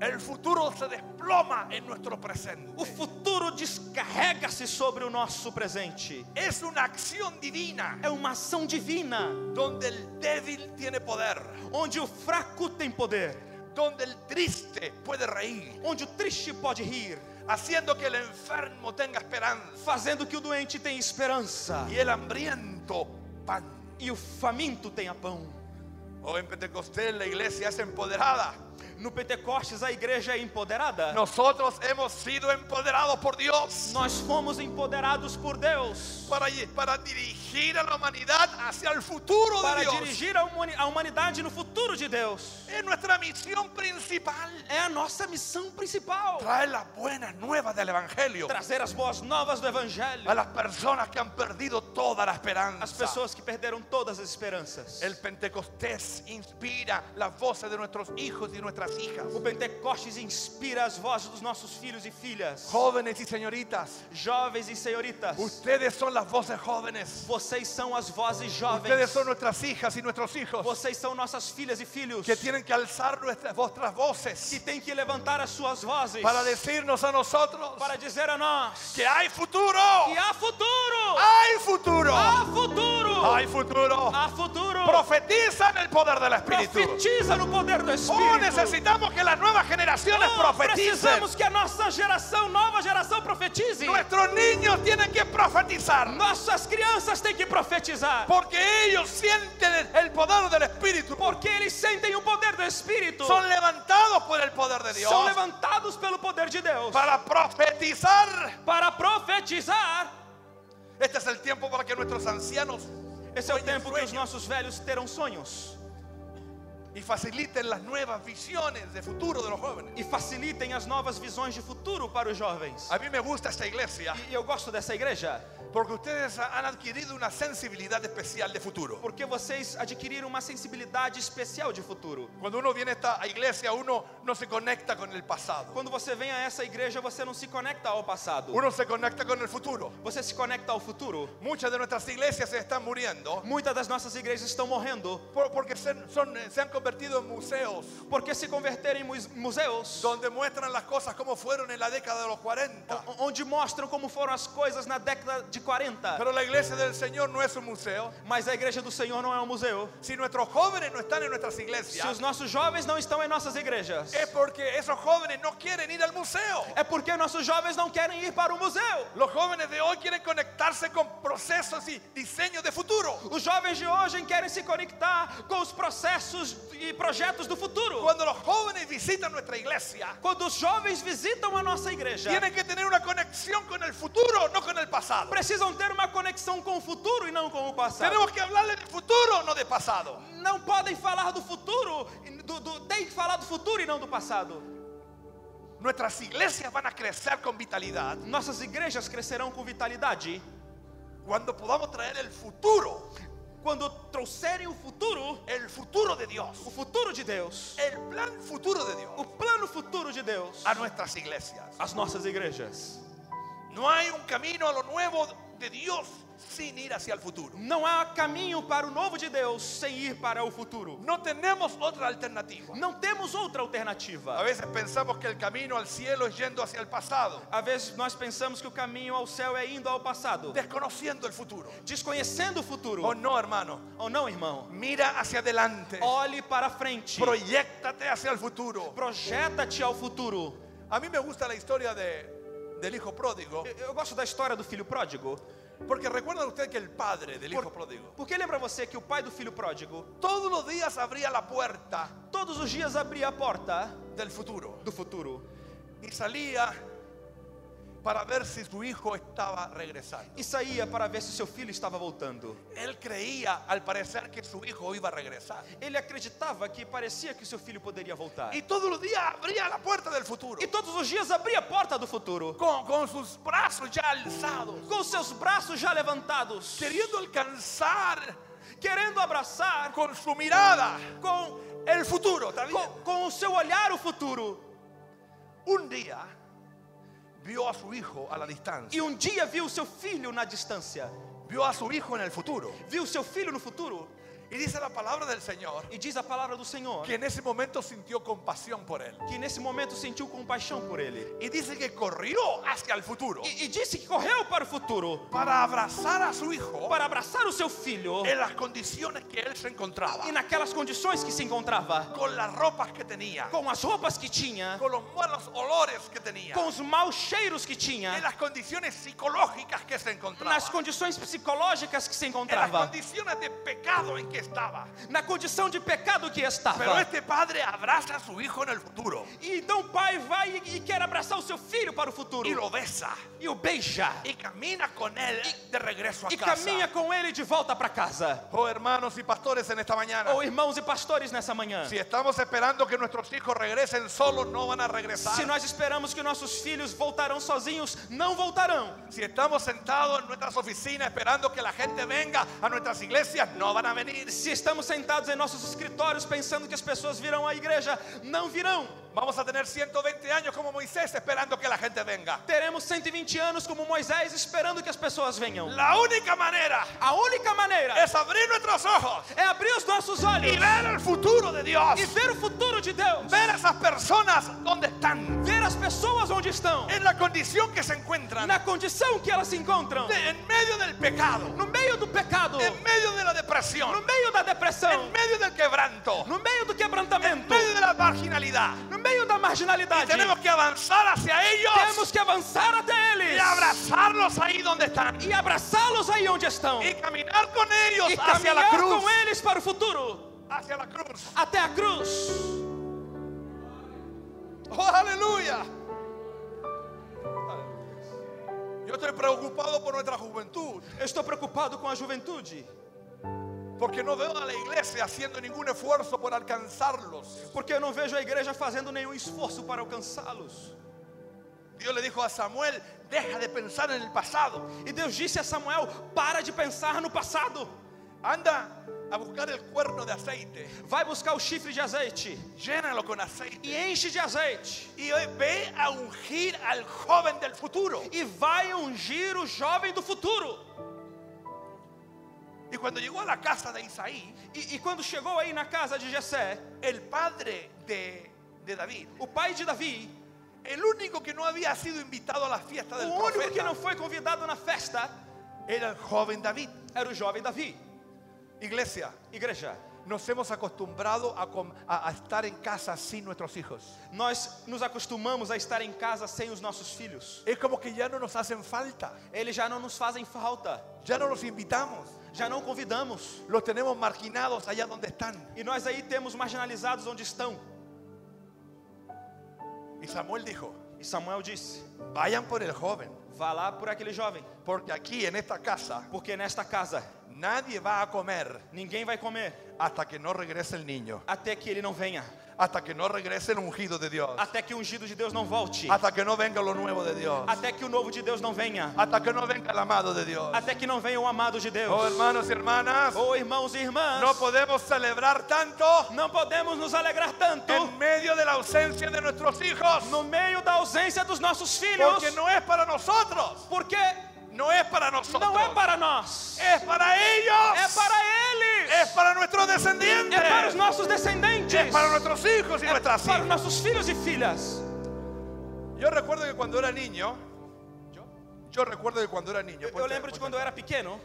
S1: El futuro se desploma en nuestro presente.
S2: O futuro descarrega-se sobre o nosso presente.
S1: Es una acción divina
S2: É uma ação divina,
S1: donde el débil tiene poder,
S2: onde o fraco tem poder,
S1: donde el triste puede reír,
S2: onde o triste pode rir,
S1: haciendo que el enfermo tenga esperanza
S2: fazendo que o doente tenha esperança
S1: y el hambriento pan.
S2: e o faminto tenha pão.
S1: O en Pentecostés la iglesia es empoderada.
S2: No Pentecostes a igreja é empoderada.
S1: Nosotros hemos sido empoderados por Dios
S2: Nós fomos empoderados por Deus
S1: para, lle- para dirigir a la humanidad hacia el futuro de
S2: para
S1: Dios.
S2: dirigir a humani- a humanidade no futuro de Deus.
S1: Es nuestra misión principal.
S2: É a nossa missão principal.
S1: Traer las buenas nuevas del Evangelio
S2: Trazer as boas novas do
S1: a
S2: Evangelho
S1: las personas que han perdido toda la
S2: às
S1: esperanza.
S2: pessoas que perderam todas as esperanças.
S1: El Pentecostés inspira las voces de nuestros hijos y nuestras hijas.
S2: O Pentecostes inspira as vozes dos nossos filhos e filhas,
S1: Jóvenes y señoritas,
S2: jovens e senhoritas.
S1: ustedes son las voces jóvenes.
S2: Vocês são as vozes jovens.
S1: Ustedes son nuestras hijas y nuestros hijos.
S2: Vocês são nossas filhas e filhos
S1: que tienen que alzar nuestras, vuestras
S2: que
S1: voces
S2: têm que levantar as suas vozes
S1: para decirnos a nosotros
S2: para dizer a nós
S1: que hay futuro,
S2: que há futuro!
S1: hay futuro,
S2: Há futuro!
S1: Hay futuro.
S2: Há futuro.
S1: Profetiza en el poder del Espíritu.
S2: Profetiza no poder do Espírito.
S1: Oh, necesitamos que las nuevas generaciones
S2: Oh,
S1: profeticen.
S2: precisamos que a nossa geração, nova geração, profetize.
S1: Nuestros niños tienen que profetizar.
S2: Nossas crianças têm que profetizar.
S1: Porque ellos sienten el poder del Espíritu.
S2: Porque eles sentem o poder do Espírito.
S1: Son levantados por el poder de Dios.
S2: São levantados pelo poder de Deus.
S1: Para profetizar.
S2: Para profetizar.
S1: Este es el tiempo para que nuestros ancianos
S2: Esse é o
S1: Sonhos,
S2: tempo que os
S1: sonhos.
S2: nossos velhos terão sonhos.
S1: y faciliten las nuevas visiones de futuro de los jóvenes.
S2: E facilitem as novas visões de futuro para os jovens.
S1: A mí me gusta esta iglesia
S2: E eu gosto dessa igreja.
S1: porque ustedes han adquirido una sensibilidad especial de futuro.
S2: Porque vocês adquiriram uma sensibilidade especial de futuro.
S1: Cuando uno viene a esta iglesia, uno no se conecta con el pasado.
S2: Quando você vem a essa igreja, você não se conecta ao passado.
S1: Uno se conecta con el futuro.
S2: Você se conecta ao futuro.
S1: Muchas de nuestras iglesias se están muriendo
S2: Muitas das nossas igrejas estão morrendo
S1: por- porque se, son- se han convertido en museos
S2: porque se converteram em muse- museus
S1: donde muestran las cosas como fueron en la década de los 40.
S2: o- onde mostram como foram as coisas na década de 40.
S1: Pero la iglesia del Señor no es un museo.
S2: Mas a igreja do Senhor não é um museu.
S1: Si nuestros jóvenes no están en nuestras
S2: Se os
S1: iglesias,
S2: nossos jovens não estão em nossas igrejas,
S1: es porque esos jóvenes no quieren ir al museo.
S2: é porque nossos jovens não querem ir para o museu.
S1: Los jóvenes de hoy quieren conectarse con procesos y diseños de futuro.
S2: Os jovens de hoje querem se conectar com os processos e projetos do futuro.
S1: Cuando los jóvenes visitan nuestra iglesia,
S2: Quando os jovens visitam a nossa igreja,
S1: tienen que tener una conexión con el futuro, no con el pasado.
S2: precisam ter uma conexão com o futuro e não com o passado.
S1: Tenemos que hablarle del futuro, no de pasado.
S2: Não podem falar do futuro, e do, do- tem que falar do futuro e não do passado.
S1: Nuestras iglesias van a crecer con vitalidad
S2: Nossas igrejas crescerão com vitalidade
S1: cuando podamos traer el futuro,
S2: quando trouxerem o futuro,
S1: el futuro de Dios,
S2: o futuro de Deus,
S1: el plan futuro de
S2: o
S1: Dios
S2: plano futuro de Deus
S1: a nuestras iglesias.
S2: às nossas igrejas.
S1: No hay un camino a lo nuevo de Dios sin ir hacia el futuro.
S2: Não há caminho para o novo de Deus sem ir para o futuro.
S1: No tenemos otra alternativa.
S2: Não temos outra
S1: A
S2: alternativa.
S1: veces pensamos que el camino al cielo es yendo hacia el pasado,
S2: Às vezes nós pensamos que o caminho ao céu é indo ao passado,
S1: desconociendo el futuro.
S2: desconhecendo o futuro.
S1: Oh no, hermano,
S2: Ou não, irmão?
S1: mira hacia adelante,
S2: Olhe para a frente.
S1: proyectate hacia el futuro.
S2: Projeta-te ao futuro.
S1: A mí me gusta la historia de, del hijo pródigo,
S2: Eu- Eu gosto da história do filho pródigo.
S1: porque recuerdan ustedes que el padre del hijo pródigo
S2: Porque lembra você que o pai do filho pródigo
S1: todos los días abría la puerta
S2: todos os dias abria a porta
S1: del futuro
S2: do futuro
S1: y salía para ver si su hijo estaba regresando.
S2: e saía para ver se seu filho estava voltando.
S1: Él creía, al parecer, que su hijo iba a regresar.
S2: Ele acreditava que parecia que seu filho poderia voltar.
S1: Y
S2: E,
S1: todos los días abría la puerta del futuro.
S2: e todos os dias abria a porta do futuro
S1: con, con sus brazos ya alzados,
S2: com seus braços já levantados,
S1: queriendo alcanzar
S2: querendo abraçar
S1: con su mirada
S2: com,
S1: el futuro. ¿está bien?
S2: com, com o seu olhar o futuro.
S1: Un día vio a su hijo a la
S2: E
S1: distancia,
S2: um dia viu seu filho na distância,
S1: vio a su hijo en el futuro.
S2: viu seu filho no futuro
S1: Y dice la palabra del Señor
S2: e diz a palavra do Senhor
S1: que en ese momento sintió compasión por él.
S2: que nesse momento sentiu compaixão por ele.
S1: Y dice que corrió hacia el futuro
S2: e, e disse que correu para o futuro
S1: para abrazar a su hijo
S2: para abraçar o seu filho
S1: en las condiciones que él se encontraba,
S2: e naquelas condições que se encontrava,
S1: con las ropas que tenía,
S2: com as roupas que tinha,
S1: con los malos olores que tenía,
S2: com os maus cheiros que
S1: en
S2: tinha,
S1: las condiciones psicológicas que se encontraba.
S2: nas condições psicológicas que se
S1: en las
S2: encontrava,
S1: condiciones de pecado en que estaba.
S2: na condição de pecado que
S1: Pero
S2: estava.
S1: este padre abraza a su hijo en el futuro
S2: E então o pai vai e, e quer abraçar o seu filho para o
S1: y
S2: futuro
S1: lo besa
S2: e o beija
S1: y camina con él de regreso a
S2: e
S1: casa.
S2: caminha com ele de volta para casa.
S1: Oh hermanos y pastores en esta mañana,
S2: Ou irmãos e pastores nessa manhã,
S1: si estamos esperando que nuestros hijos regresen solos, no van a
S2: se
S1: regresar.
S2: nós esperamos que nossos filhos voltarão sozinhos, não voltarão.
S1: Si estamos sentados en nuestras oficinas esperando que la gente venga a nuestras iglesias, no van a venir.
S2: Se estamos sentados em nossos escritórios pensando que as pessoas virão à igreja, não virão.
S1: Vamos a tener 120 años como Moisés esperando que la gente venga.
S2: Teremos 120 anos como Moisés esperando que as pessoas venham.
S1: La única manera
S2: A única maneira
S1: es abrir nuestros ojos
S2: é abrir os nossos
S1: y
S2: olhos
S1: ver el futuro de Dios.
S2: e ver o futuro de Deus,
S1: ver a esas personas donde están,
S2: ver as pessoas onde estão,
S1: en la condición que se encuentran,
S2: na condição que elas se encontram,
S1: de- en medio del pecado,
S2: no meio do pecado,
S1: en medio de
S2: no
S1: depresión,
S2: meio da
S1: en
S2: depressão,
S1: medio del quebranto,
S2: no meio do
S1: en
S2: quebrantamento,
S1: medio de la marginalidad.
S2: no meio da
S1: Y
S2: marginalidade.
S1: tenemos que avanzar hacia ellos
S2: Temos que avançar até
S1: y
S2: eles
S1: abrazarlos ahí donde están.
S2: e abraçá-los aí onde estão
S1: Y caminar con ellos
S2: e
S1: hacia la
S2: caminhar
S1: cruz.
S2: com eles para o futuro,
S1: Hacia la cruz.
S2: até a cruz.
S1: Oh, aleluya. Yo estoy preocupado por nuestra juventud
S2: Eu estou preocupado com a juventude,
S1: porque no veo a la iglesia haciendo ningún esfuerzo por alcanzarlos.
S2: porque eu não vejo a igreja fazendo nenhum esforço para alcançá-los.
S1: Dios le dijo a Samuel, deja de pensar en el pasado,
S2: E Deus disse a Samuel: para de pensar no passado,
S1: anda a buscar el cuerno de aceite,
S2: vai buscar o chifre de azeite
S1: llénalo con aceite
S2: e enche de azeite.
S1: y ve a ungir al joven del futuro.
S2: E vai ungir o jovem do futuro.
S1: Y cuando llegó a la casa de Isaí,
S2: E, e quando chegou aí na casa de Jessé,
S1: el padre de, de David,
S2: o pai de Davi,
S1: el único que no había sido invitado a la fiesta
S2: o
S1: del
S2: único que
S1: é um profeta,
S2: não foi convidado na festa
S1: era el joven David.
S2: era o jovem Davi.
S1: Iglesia,
S2: Igreja,
S1: nos hemos acostumbrado a, com- a- a estar en casa sin nuestros hijos.
S2: nós nos acostumamos a estar em casa sem os nossos filhos.
S1: Es como que ya no nos hacen falta,
S2: Eles já não nos fazem falta,
S1: ya no los invitamos,
S2: já não convidamos.
S1: los tenemos marginados allá donde están.
S2: E nós aí temos marginalizados onde estão.
S1: Y Samuel dijo,
S2: E Samuel disse:
S1: vayan por el joven,
S2: Vá lá por aquele jovem,
S1: porque aquí en esta casa
S2: porque nesta casa
S1: nadie va a comer
S2: ninguém vai comer
S1: hasta que no regrese el niño,
S2: até que ele não venha,
S1: hasta que no regrese el ungido de Dios,
S2: até que o ungido de Deus não volte,
S1: hasta que no venga lo nuevo de Dios,
S2: até que o novo de Deus não venha,
S1: hasta que no venga el amado de Dios.
S2: até que não venha o amado de Deus.
S1: Oh hermanos y hermanas,
S2: Ou irmãos e irmãs,
S1: no podemos celebrar tanto
S2: não podemos nos alegrar tanto
S1: en medio de la ausencia de nuestros hijos.
S2: no meio da ausência dos nossos filhos,
S1: Porque no es para nosotros,
S2: porque
S1: no es para nosotros,
S2: não é para nós,
S1: es para ellos,
S2: é para eles,
S1: es É para nuestros descendientes,
S2: é para os nossos descendentes,
S1: es para nuestros hijos y
S2: é
S1: nuestras
S2: para os
S1: hijas.
S2: nossos filhos e filhas.
S1: Yo recuerdo que cuando era niño, yo, yo recuerdo que cuando era niño,
S2: Eu, eu lembro de quando eu era pequeno,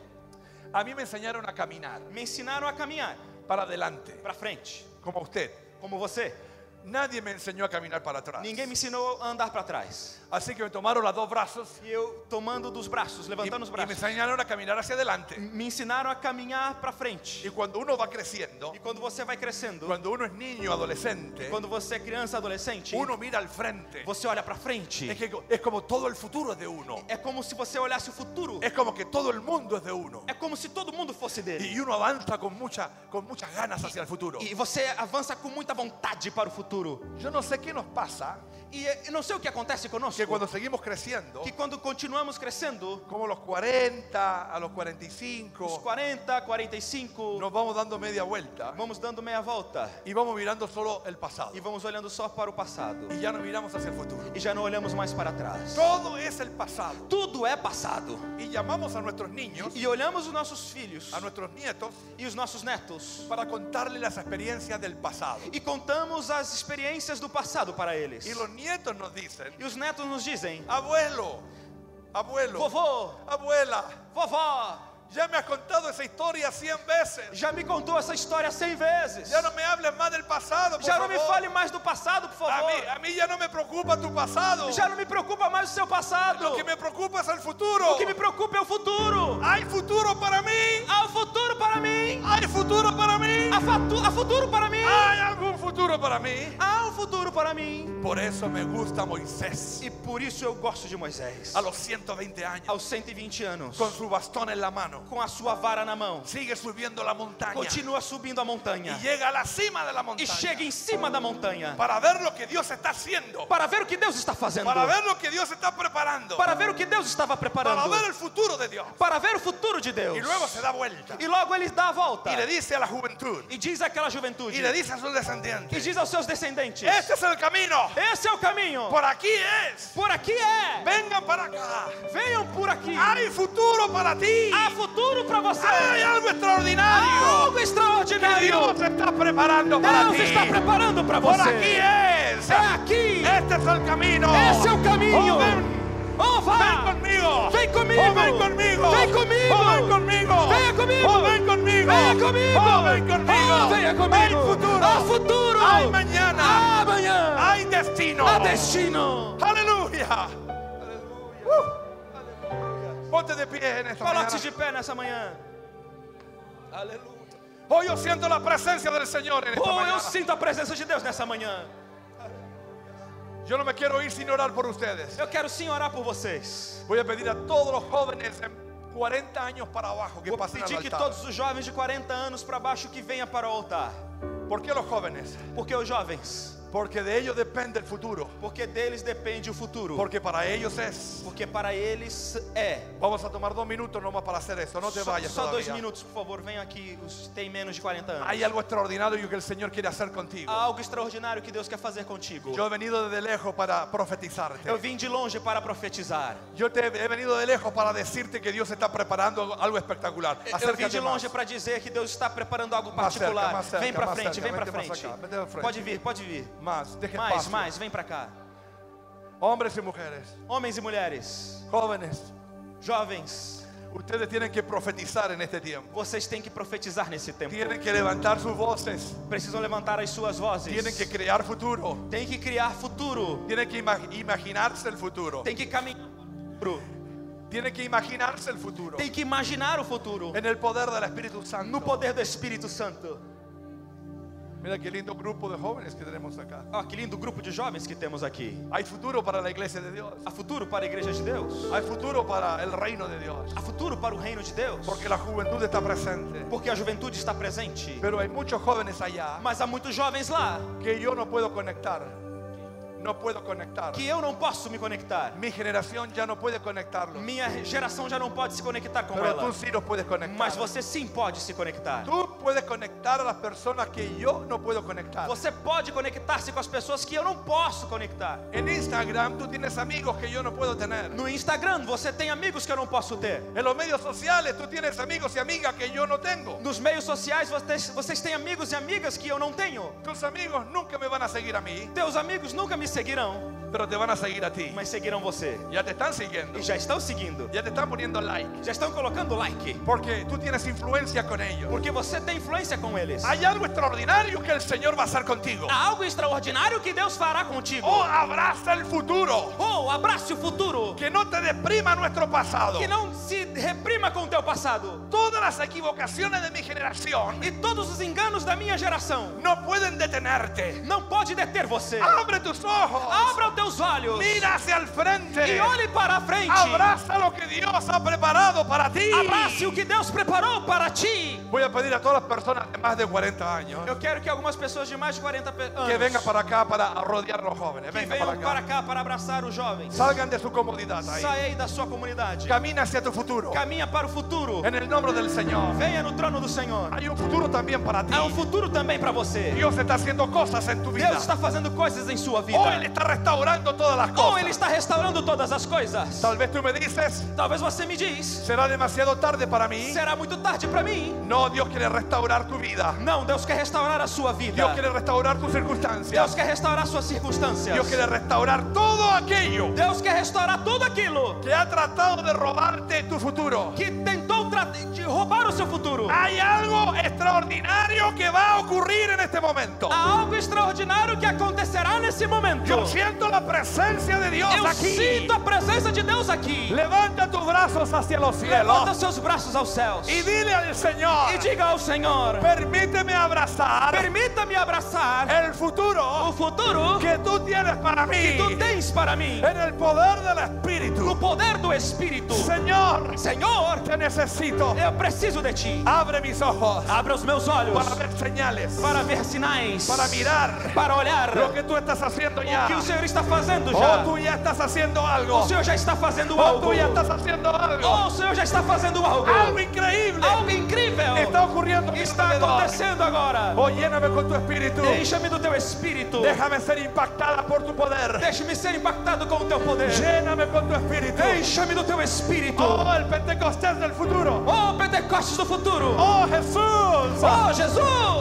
S1: a mim me enseñaron a caminar
S2: me ensinaram a caminhar
S1: para adelante,
S2: para frente,
S1: como a usted.
S2: como você.
S1: Nadie me enseñó a caminar para atrás.
S2: Ninguém me ensinou a andar para trás.
S1: Así que me tomaron los dos brazos
S2: E eu tomando dos braços,
S1: y,
S2: levantando os
S1: y me
S2: braços,
S1: enseñaron a caminar hacia adelante.
S2: me ensinaram a caminhar para
S1: Y
S2: frente.
S1: cuando uno va creciendo,
S2: E quando você vai crescendo,
S1: cuando uno es niño, adolescente,
S2: quando você é criança, adolescente,
S1: uno mira al frente.
S2: você olha para frente.
S1: Es, que es como todo el futuro es de uno.
S2: É como se você olhasse o futuro.
S1: Es como que todo el mundo es de uno.
S2: É como se todo mundo fosse dele.
S1: Y uno avanza con, mucha, con muchas ganas hacia el futuro.
S2: E você avança com muita vontade para o futuro.
S1: Yo no sé qué nos pasa,
S2: E é, eu não sei o que acontece conosco.
S1: que cuando seguimos creciendo,
S2: Que quando continuamos crescendo,
S1: como los 40 a los
S2: os
S1: 45,
S2: 40, 45,
S1: nos vamos dando media vuelta
S2: vamos dando meia volta.
S1: y vamos mirando solo el pasado.
S2: E vamos olhando só para o passado.
S1: Y ya no miramos hacia el futuro.
S2: E já não olhamos mais para trás.
S1: Todo es el pasado.
S2: Tudo é passado.
S1: Y llamamos a nuestros niños,
S2: E olhamos os nossos filhos
S1: a nuestros nietos,
S2: e os nossos netos.
S1: para contarles las experiencias del pasado.
S2: E contamos as experiências do passado para eles.
S1: Y los nietos nos dicen,
S2: E os netos nos dizem:
S1: abuelo, abuelo,
S2: Vovô,
S1: abuela,
S2: vovó,
S1: ya me has contado esa historia 100 veces.
S2: Já me contou essa história cem vezes.
S1: Ya no me hables más del pasado, por
S2: Já não me
S1: favor.
S2: fale mais do passado, por
S1: a
S2: favor.
S1: mí, a mí ya no me preocupa tu pasado.
S2: Já não me preocupa mais o seu passado.
S1: Lo que me preocupa es el futuro.
S2: O que me preocupa é o futuro.
S1: Hay futuro para mí.
S2: Há o futuro para mim.
S1: Hay futuro para mí.
S2: Há, fatu- há futuro para mim.
S1: Hay algún futuro para mí.
S2: Há um futuro para mim.
S1: Por eso me gusta Moisés
S2: E por isso eu gosto de Moisés.
S1: a los 120 años
S2: Aos 120 anos,
S1: con su bastón en la mano.
S2: com a sua vara na mão,
S1: Sigue subiendo la montaña
S2: continua subindo a montanha
S1: y llega a la cima de la
S2: e
S1: montaña
S2: chega em cima da montanha
S1: para ver lo que Dios está haciendo.
S2: para ver o que Deus está fazendo,
S1: para ver lo que Dios está preparando,
S2: para ver o que Deus estava
S1: para ver
S2: preparando,
S1: el futuro de Dios.
S2: para ver o futuro de Deus.
S1: Y luego se da vuelta
S2: é E logo ele dá a volta
S1: y le dice a la juventud
S2: e diz é àquela juventude
S1: y le dice a sus
S2: e
S1: descendientes,
S2: diz aos seus descendentes:
S1: este es el camino,
S2: Esse é o caminho,
S1: por aquí es,
S2: por aqui é,
S1: vengan para acá,
S2: venham por aqui.
S1: hay futuro para ti,
S2: Há futuro para você,
S1: hay algo
S2: há
S1: extraordinario
S2: algo
S1: que Dios
S2: extraordinário.
S1: te está preparando para
S2: Deus
S1: ti,
S2: está preparando para
S1: por
S2: você.
S1: aquí es,
S2: É aqui,
S1: este es el camino,
S2: esse é o caminho.
S1: Oh, ven,
S2: Oh,
S1: Ven
S2: vá,
S1: conmigo.
S2: Ven conmigo.
S1: Oh, ven conmigo.
S2: Ven conmigo.
S1: Oh, ven conmigo.
S2: Venha comigo.
S1: Oh, ven conmigo.
S2: Venha
S3: Vem comigo!
S1: Oh, vem comigo!
S3: Ah, venha comigo!
S1: Hay futuro! Ah,
S3: Há futuro!
S1: Hay mañana!
S3: Há amanhã!
S1: Hay destino!
S3: Há destino!
S1: Aleluya. Uh. Aleluya. Ponte de pie en esta
S2: Coloque-se
S1: mañana.
S2: de pé nessa manhã.
S1: Aleluya. Hoy yo siento la presencia del Señor en esta
S2: Oh,
S1: mañana.
S2: eu sinto a presença de Deus nessa manhã.
S1: Yo no me quiero ir sin orar por ustedes.
S2: Eu quero sim orar por vocês.
S1: Voy a pedir a todos los jóvenes de 40 años para abajo que
S2: Vou
S1: pasen al
S2: pedir que
S1: altar.
S2: todos os jovens de 40 anos para baixo que venham para o altar.
S1: ¿Por qué los jóvenes?
S2: Porque os jovens,
S1: Porque de ellos depende el futuro.
S2: porque deles depende o futuro.
S1: Porque para ellos es.
S2: Porque para eles é.
S1: Vamos a tomar dos minutos nomás para hacer esto. No te
S2: Só,
S1: vayas.
S2: só dois
S1: todavía.
S2: minutos, por favor. Venham aqui os que têm menos de 40 anos.
S1: Hay algo extraordinario que el Señor quiere hacer contigo.
S2: Há algo extraordinário que Deus quer fazer contigo.
S1: Yo he venido desde lejos para
S2: Eu
S1: profetizarte.
S2: vim de longe para profetizar.
S1: Yo te he venido de lejos para decirte que Dios está preparando algo- algo espectacular.
S2: Eu vim
S1: Acércate
S2: de longe
S1: más.
S2: para dizer que Deus está preparando algo
S1: Mais cerca,
S2: particular.
S1: mais cerca,
S2: vem para
S1: mais
S2: frente,
S1: cerca,
S2: vem para
S1: vem mais
S2: frente.
S1: cá, vem pra frente.
S2: Pode vir, pode vir.
S1: Más, deje
S2: Mais,
S1: espacio.
S2: mais, vem para cá.
S1: Hombres y mujeres,
S2: Homens e mulheres,
S1: jóvenes,
S2: jovens,
S1: ustedes tienen que profetizar en este tiempo.
S2: vocês têm que profetizar nesse tempo.
S1: Tienen que levantar sus voces.
S2: Precisam levantar as suas vozes.
S1: Tienen que crear futuro.
S2: Tem que criar futuro.
S1: Tienen que ima- imaginarse el futuro.
S2: Tem que caminhar. pro-
S1: Tienen que imaginarse el futuro.
S2: Tem que imaginar o futuro.
S1: En el poder del Espíritu
S2: No
S1: Santo.
S2: poder do Espírito Santo.
S1: Mira qué lindo grupo de jóvenes que tenemos acá.
S2: Ó, Ah, que lindo grupo de jovens que temos aqui.
S1: Hay futuro para la iglesia de Dios.
S2: Há futuro para a igreja de Deus.
S1: Hay futuro para el reino de Dios.
S2: Há futuro para o reino de Deus.
S1: Porque la juventud está presente.
S2: Porque a juventude está presente.
S1: Pero hay muchos jóvenes allá
S2: Mas há muitos jovens lá
S1: que yo no puedo conectar. No puedo conectar.
S2: que eu não posso me conectar.
S1: Mi generación ya no puede conectarlos.
S2: Minha geração já não pode se conectar com
S1: Pero
S2: ela.
S1: tú sí los puedes
S2: Mas
S1: conectar.
S2: você sim pode se conectar.
S1: Tú puedes conectar a las personas que yo no puedo conectar.
S2: Você pode conectar-se com as pessoas que eu não posso conectar.
S1: En Instagram tú tienes amigos que yo no puedo tener.
S2: No Instagram você tem amigos que eu não posso ter.
S1: En los medios sociales tú tienes amigos y amigas que yo no tengo.
S2: Nos meios sociais vocês, vocês têm amigos e amigas que eu não tenho.
S1: Tus amigos nunca me van a seguir a mí,
S2: Teus amigos nunca me seguirão,
S1: pero te van a seguir a ti.
S2: mas seguirão você.
S1: Ya te están siguiendo.
S2: E já estão seguindo.
S1: Ya te están poniendo like.
S2: Já estão colocando like.
S1: Porque tú tienes influencia con ellos.
S2: Porque você tem influência com eles.
S1: Hay algo extraordinario que el Señor va a hacer contigo.
S2: Há algo extraordinario que Deus fará contigo.
S1: Oh, abraza el futuro.
S2: Oh, abrace o futuro.
S1: Que no te deprima nuestro pasado.
S2: Que não se reprima com o teu passado.
S1: Todas las equivocaciones de mi generación
S2: E todos os enganos da minha geração
S1: no pueden detenerte.
S2: não pode deter você.
S1: Abre tus ojos.
S2: Abra os teus olhos
S1: Mira hacia el
S2: e
S1: frente.
S2: olhe para a frente.
S1: Abraza lo que Dios ha preparado para ti.
S2: Abrace o que Deus preparou para ti.
S1: Voy a pedir a todas las personas de más de 40 años
S2: Eu quero que algumas pessoas de mais de 40 pe- anos
S1: que vengan para acá para rodear a los jóvenes.
S2: que
S1: Vengan
S2: venham
S1: para
S2: para,
S1: acá.
S2: cá para abraçar os jovens.
S1: Salgan de su comodidad ahí.
S2: Saia aí da sua comunidade.
S1: Camina hacia tu futuro.
S2: Caminha para o futuro.
S1: En el nombre del Señor.
S2: Venha no trono do Senhor.
S1: Hay un futuro también para ti.
S2: Há um futuro também para você.
S1: Dios está haciendo cosas en tu vida.
S2: Deus está fazendo coisas em sua vida.
S1: Hoy Él está restaurando todas las
S2: Ou
S1: cosas.
S2: Ele está restaurando todas as coisas.
S1: Tal vez tú me dices,
S2: Talvez você me diz,
S1: será demasiado tarde para mí.
S2: será muito tarde para mim.
S1: No, Dios quiere restaurar tu vida.
S2: Não, Deus quer restaurar a sua vida.
S1: Dios quiere restaurar tus
S2: Deus
S1: circunstancias.
S2: quer restaurar suas circunstâncias.
S1: Dios quiere restaurar todo aquello
S2: Deus quer restaurar tudo aquilo
S1: que ha tratado de robarte tu futuro.
S2: que tentou tra- de roubar o seu futuro.
S1: Hay algo extraordinario que va a ocurrir en este momento.
S2: Há algo extraordinário que acontecerá nesse momento.
S1: Yo siento la presencia de Dios
S2: Eu
S1: aquí.
S2: sinto a presença de Deus aqui.
S1: Levanta tus brazos hacia los
S2: Levanta
S1: cielos
S2: seus braços aos céus
S1: y
S2: e
S1: dile al Señor,
S2: diga ao Senhor:
S1: permíteme abrazar
S2: Permita-me abraçar
S1: el
S2: o
S1: futuro
S2: futuro que
S1: que tú tienes para mí
S2: tu tens para mim.
S1: en el poder del
S2: No
S1: Espíritu.
S2: poder do Espírito.
S1: Señor,
S2: Senhor,
S1: te necesito.
S2: eu preciso de ti.
S1: Abre mis ojos
S2: Abra os meus olhos
S1: para ver señales,
S2: para ver sinais,
S1: para mirar
S2: para olhar
S1: lo que tú estás haciendo
S2: o
S1: ya.
S2: que o Senhor está fazendo
S1: O
S2: já.
S1: tú ya estás haciendo
S2: O
S1: algo.
S2: Senhor já está fazendo
S1: O
S2: algo.
S1: tú ya estás haciendo algo.
S2: O Senhor já está fazendo algo.
S1: Algo increíble
S2: Oh, Algo incrível Então,
S1: está ocurriendo. a mi
S2: está
S1: alrededor.
S2: acontecendo agora.
S1: Oh, lléname con tu espíritu.
S2: Deixa-me do teu espírito.
S1: Déjame ser impactada por tu poder.
S2: Deixa-me ser impactado com o teu poder.
S1: Lléname con tu espíritu.
S2: Deixa-me do teu espírito.
S1: Oh, el Pentecostés del futuro.
S2: Oh, Pentecostes do futuro.
S1: Oh, Jesús.
S2: Oh,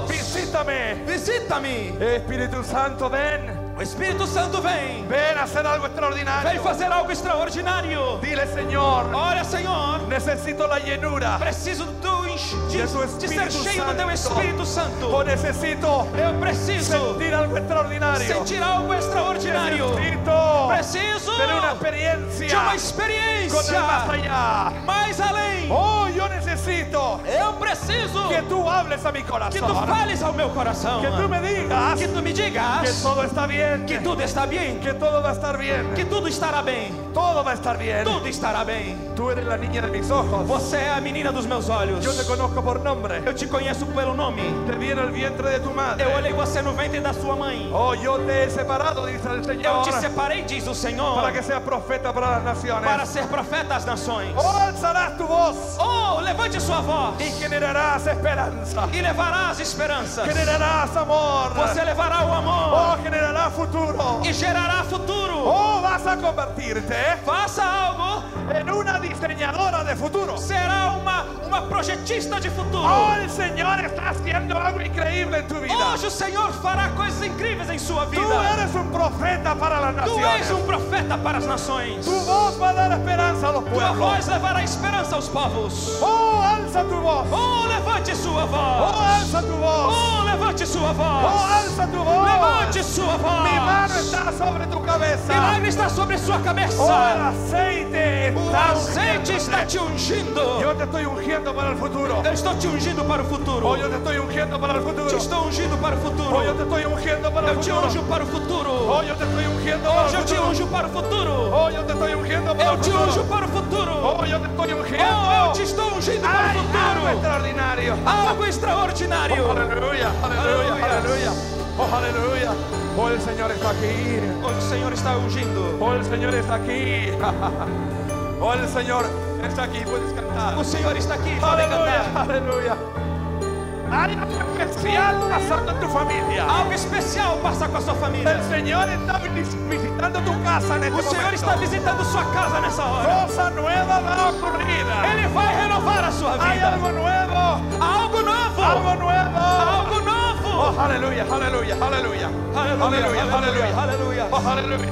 S2: Jesus.
S1: Visítame.
S2: Visita-me.
S1: Espíritu Santo, ven.
S2: O Espírito Santo vem.
S1: Ven a hacer algo
S2: Vem
S1: extraordinario.
S2: fazer algo extraordinário.
S1: Dile, Señor,
S2: Oh. Olha, Senhor,
S1: necesito la llenura.
S2: preciso do enche- de,
S1: de tu
S2: de ser
S1: Espíritu
S2: cheio do teu
S1: Santo.
S2: Espírito Santo.
S1: Yo necesito
S2: Eu preciso
S1: sentir algo extraordinario.
S2: sentir algo extraordinário.
S1: Necesito
S2: Preciso
S1: tener una
S2: de
S1: experiencia
S2: uma
S1: con el más
S2: experiência
S1: allá.
S2: mais além.
S1: Oh, yo necesito
S2: Eu preciso
S1: que tú hables a mi
S2: que tu
S1: corazón.
S2: fales ao meu coração.
S1: Que tú me digas
S2: Que tu me
S1: que
S2: digas
S1: todo está bien.
S2: que tudo está bem.
S1: Que todo va a estar bien.
S2: Que tudo estará bem.
S1: todo va a estar bien.
S2: Tudo estará bem.
S1: Tú eres la niña de mis ojos.
S2: Você é a menina dos meus olhos.
S1: Yo te conozco por nombre.
S2: Eu te conheço pelo nome.
S1: Te vi en el vientre de tu madre.
S2: Eu olhei você no ventre da sua mãe.
S1: Oh, yo te he separado, dice el
S2: Eu
S1: Señor,
S2: te separei, diz o Senhor,
S1: para que é assim. seas profeta para las naciones.
S2: para ser profeta às nações.
S1: Oh, alzarás tu voz
S2: Oh, levante sua voz
S1: y generarás esperanza.
S2: e levarás esperanças.
S1: Generarás amor.
S2: Você levará o
S1: Oh,
S2: amor
S1: generará futuro.
S2: e gerará futuro.
S1: Oh, vas a convertirte
S2: Faça algo,
S1: en una diseñadora de futuro.
S2: será uma, uma projetista de futuro.
S1: Oh, el Señor está haciendo algo increíble en tu vida.
S2: Hoje o Senhor fará coisas incríveis em sua vida.
S1: Tú eres un profeta para las
S2: Tu és
S1: naciones.
S2: um profeta para as nações.
S1: assim, Tu voz va a dar esperanza a los
S2: Tua
S1: pueblos.
S2: voz levará esperança aos povos.
S1: Oh, alza tu voz.
S2: Oh, levante sua
S1: Oh,
S2: voz.
S1: alza tu voz.
S2: Oh, levante sua
S1: Oh,
S2: voz.
S1: alza tu voz.
S2: Levante sua
S1: Mi mano
S2: voz.
S1: está sobre tu cabeza.
S2: Milagre está sobre sua
S1: Oh, el
S2: cabeça.
S1: aceite
S2: O
S1: está
S2: azeite
S1: ungiéndote.
S2: está te ungindo.
S1: Yo te estoy ungiendo para el futuro.
S2: Eu estou te ungindo para o futuro.
S1: Oh, yo te estoy ungiendo para el
S2: Te
S1: futuro.
S2: estou ungindo para o futuro.
S1: Oh, yo te estoy ungiendo para el
S2: Eu te
S1: futuro.
S2: unjo para o futuro.
S1: Oh, yo te estoy ungiendo para
S2: Hoje
S1: el
S2: eu te
S1: futuro.
S2: unjo para o futuro.
S1: Oh, yo te estoy ungiendo para
S2: Eu
S1: el
S2: te unjo
S1: futuro.
S2: para o futuro.
S1: Oh, yo te estoy ungiendo.
S2: Oh, eu te estou ungindo para o
S1: Hay algo
S2: futuro.
S1: pues extraordinario.
S2: Algo extraordinário.
S1: Oh, aleluya, aleluya, aleluya. Oh, aleluya. Oh, el Señor Oh, está aquí.
S2: Hoje o Senhor está ungindo.
S1: Oh, el Señor está aquí. Oh, el Señor está aquí. Puedes cantar.
S2: O Senhor está aqui. Podem cantar.
S1: Aleluya, aleluya. Hay algo especial pasando en tu familia.
S2: Algo especial passa com a sua família.
S1: El Señor está vis- visitando tu casa en
S2: O
S1: este
S2: Senhor está
S1: momento.
S2: visitando sua casa nessa hora.
S1: Cosa nueva va a ocurrir.
S2: Ele vai renovar a sua
S1: Hay
S2: vida.
S1: algo nuevo.
S2: Algo
S1: Algo
S2: novo.
S1: nuevo.
S2: Algo
S1: Oh,
S2: novo.
S1: aleluya, aleluya, aleluya.
S2: Aleluia, aleluia, aleluia.
S1: Oh, aleluya,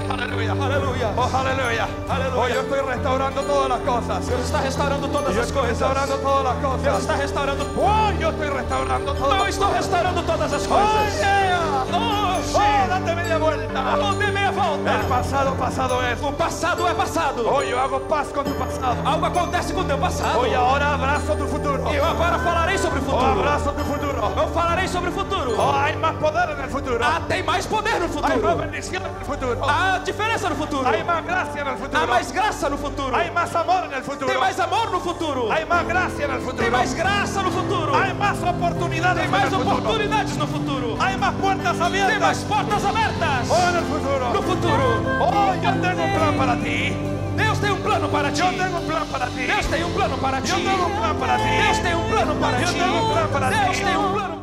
S1: aleluya.
S2: Aleluia.
S1: Oh, Oh, aleluya.
S2: Aleluya.
S1: Oh, yo estoy restaurando todas las cosas.
S2: Deus está restaurando todas
S1: Yo
S2: as
S1: estoy
S2: coisas.
S1: restaurando todas las
S2: Deus
S1: cosas.
S2: está restaurando.
S1: Oh, yo estoy restaurando todas
S2: Eu
S1: las
S2: estou
S1: cosas.
S2: restaurando todas as
S1: Oh,
S2: coisas.
S1: yeah.
S2: Oh,
S1: Oh,
S2: sim.
S1: date media vuelta.
S2: Oh, dê meia
S1: El
S2: volta.
S1: pasado, pasado es.
S2: O passado é passado.
S1: Oh, yo hago paz con tu pasado.
S2: Algo acontece com o teu passado.
S1: Hoy ahora abrazo tu futuro.
S2: Eu agora falarei sobre o
S1: Oh,
S2: futuro.
S1: abrazo tu futuro.
S2: Eu falarei sobre o futuro.
S1: Oh, hay más poder en el futuro.
S2: Ah, tem mais poder no
S1: Hay más
S2: futuro.
S1: bendición en el futuro.
S2: Há diferença no futuro.
S1: Hay más gracia en el futuro.
S2: Há mais graça no futuro.
S1: Hay más amor en el futuro.
S2: Tem mais amor no futuro.
S1: Hay más gracia en el futuro.
S2: Tem mais graça no futuro.
S1: Hay más oportunidades
S2: Tem
S1: en
S2: mais
S1: el futuro.
S2: oportunidades no futuro.
S1: Hay más puertas
S2: Tem mais
S1: abiertas.
S2: portas abertas
S1: Oh, en el futuro.
S2: no futuro.
S1: Oh, yo tengo un plan para ti.
S2: Deus tem um plano para ti.
S1: Yo tengo un plan para ti.
S2: Deus tem um plano para ti.
S1: Yo tengo un plan para ti.
S2: Deus tem um plano para ti.
S1: Eu tenho um plano para ti.
S2: Deus tem um plano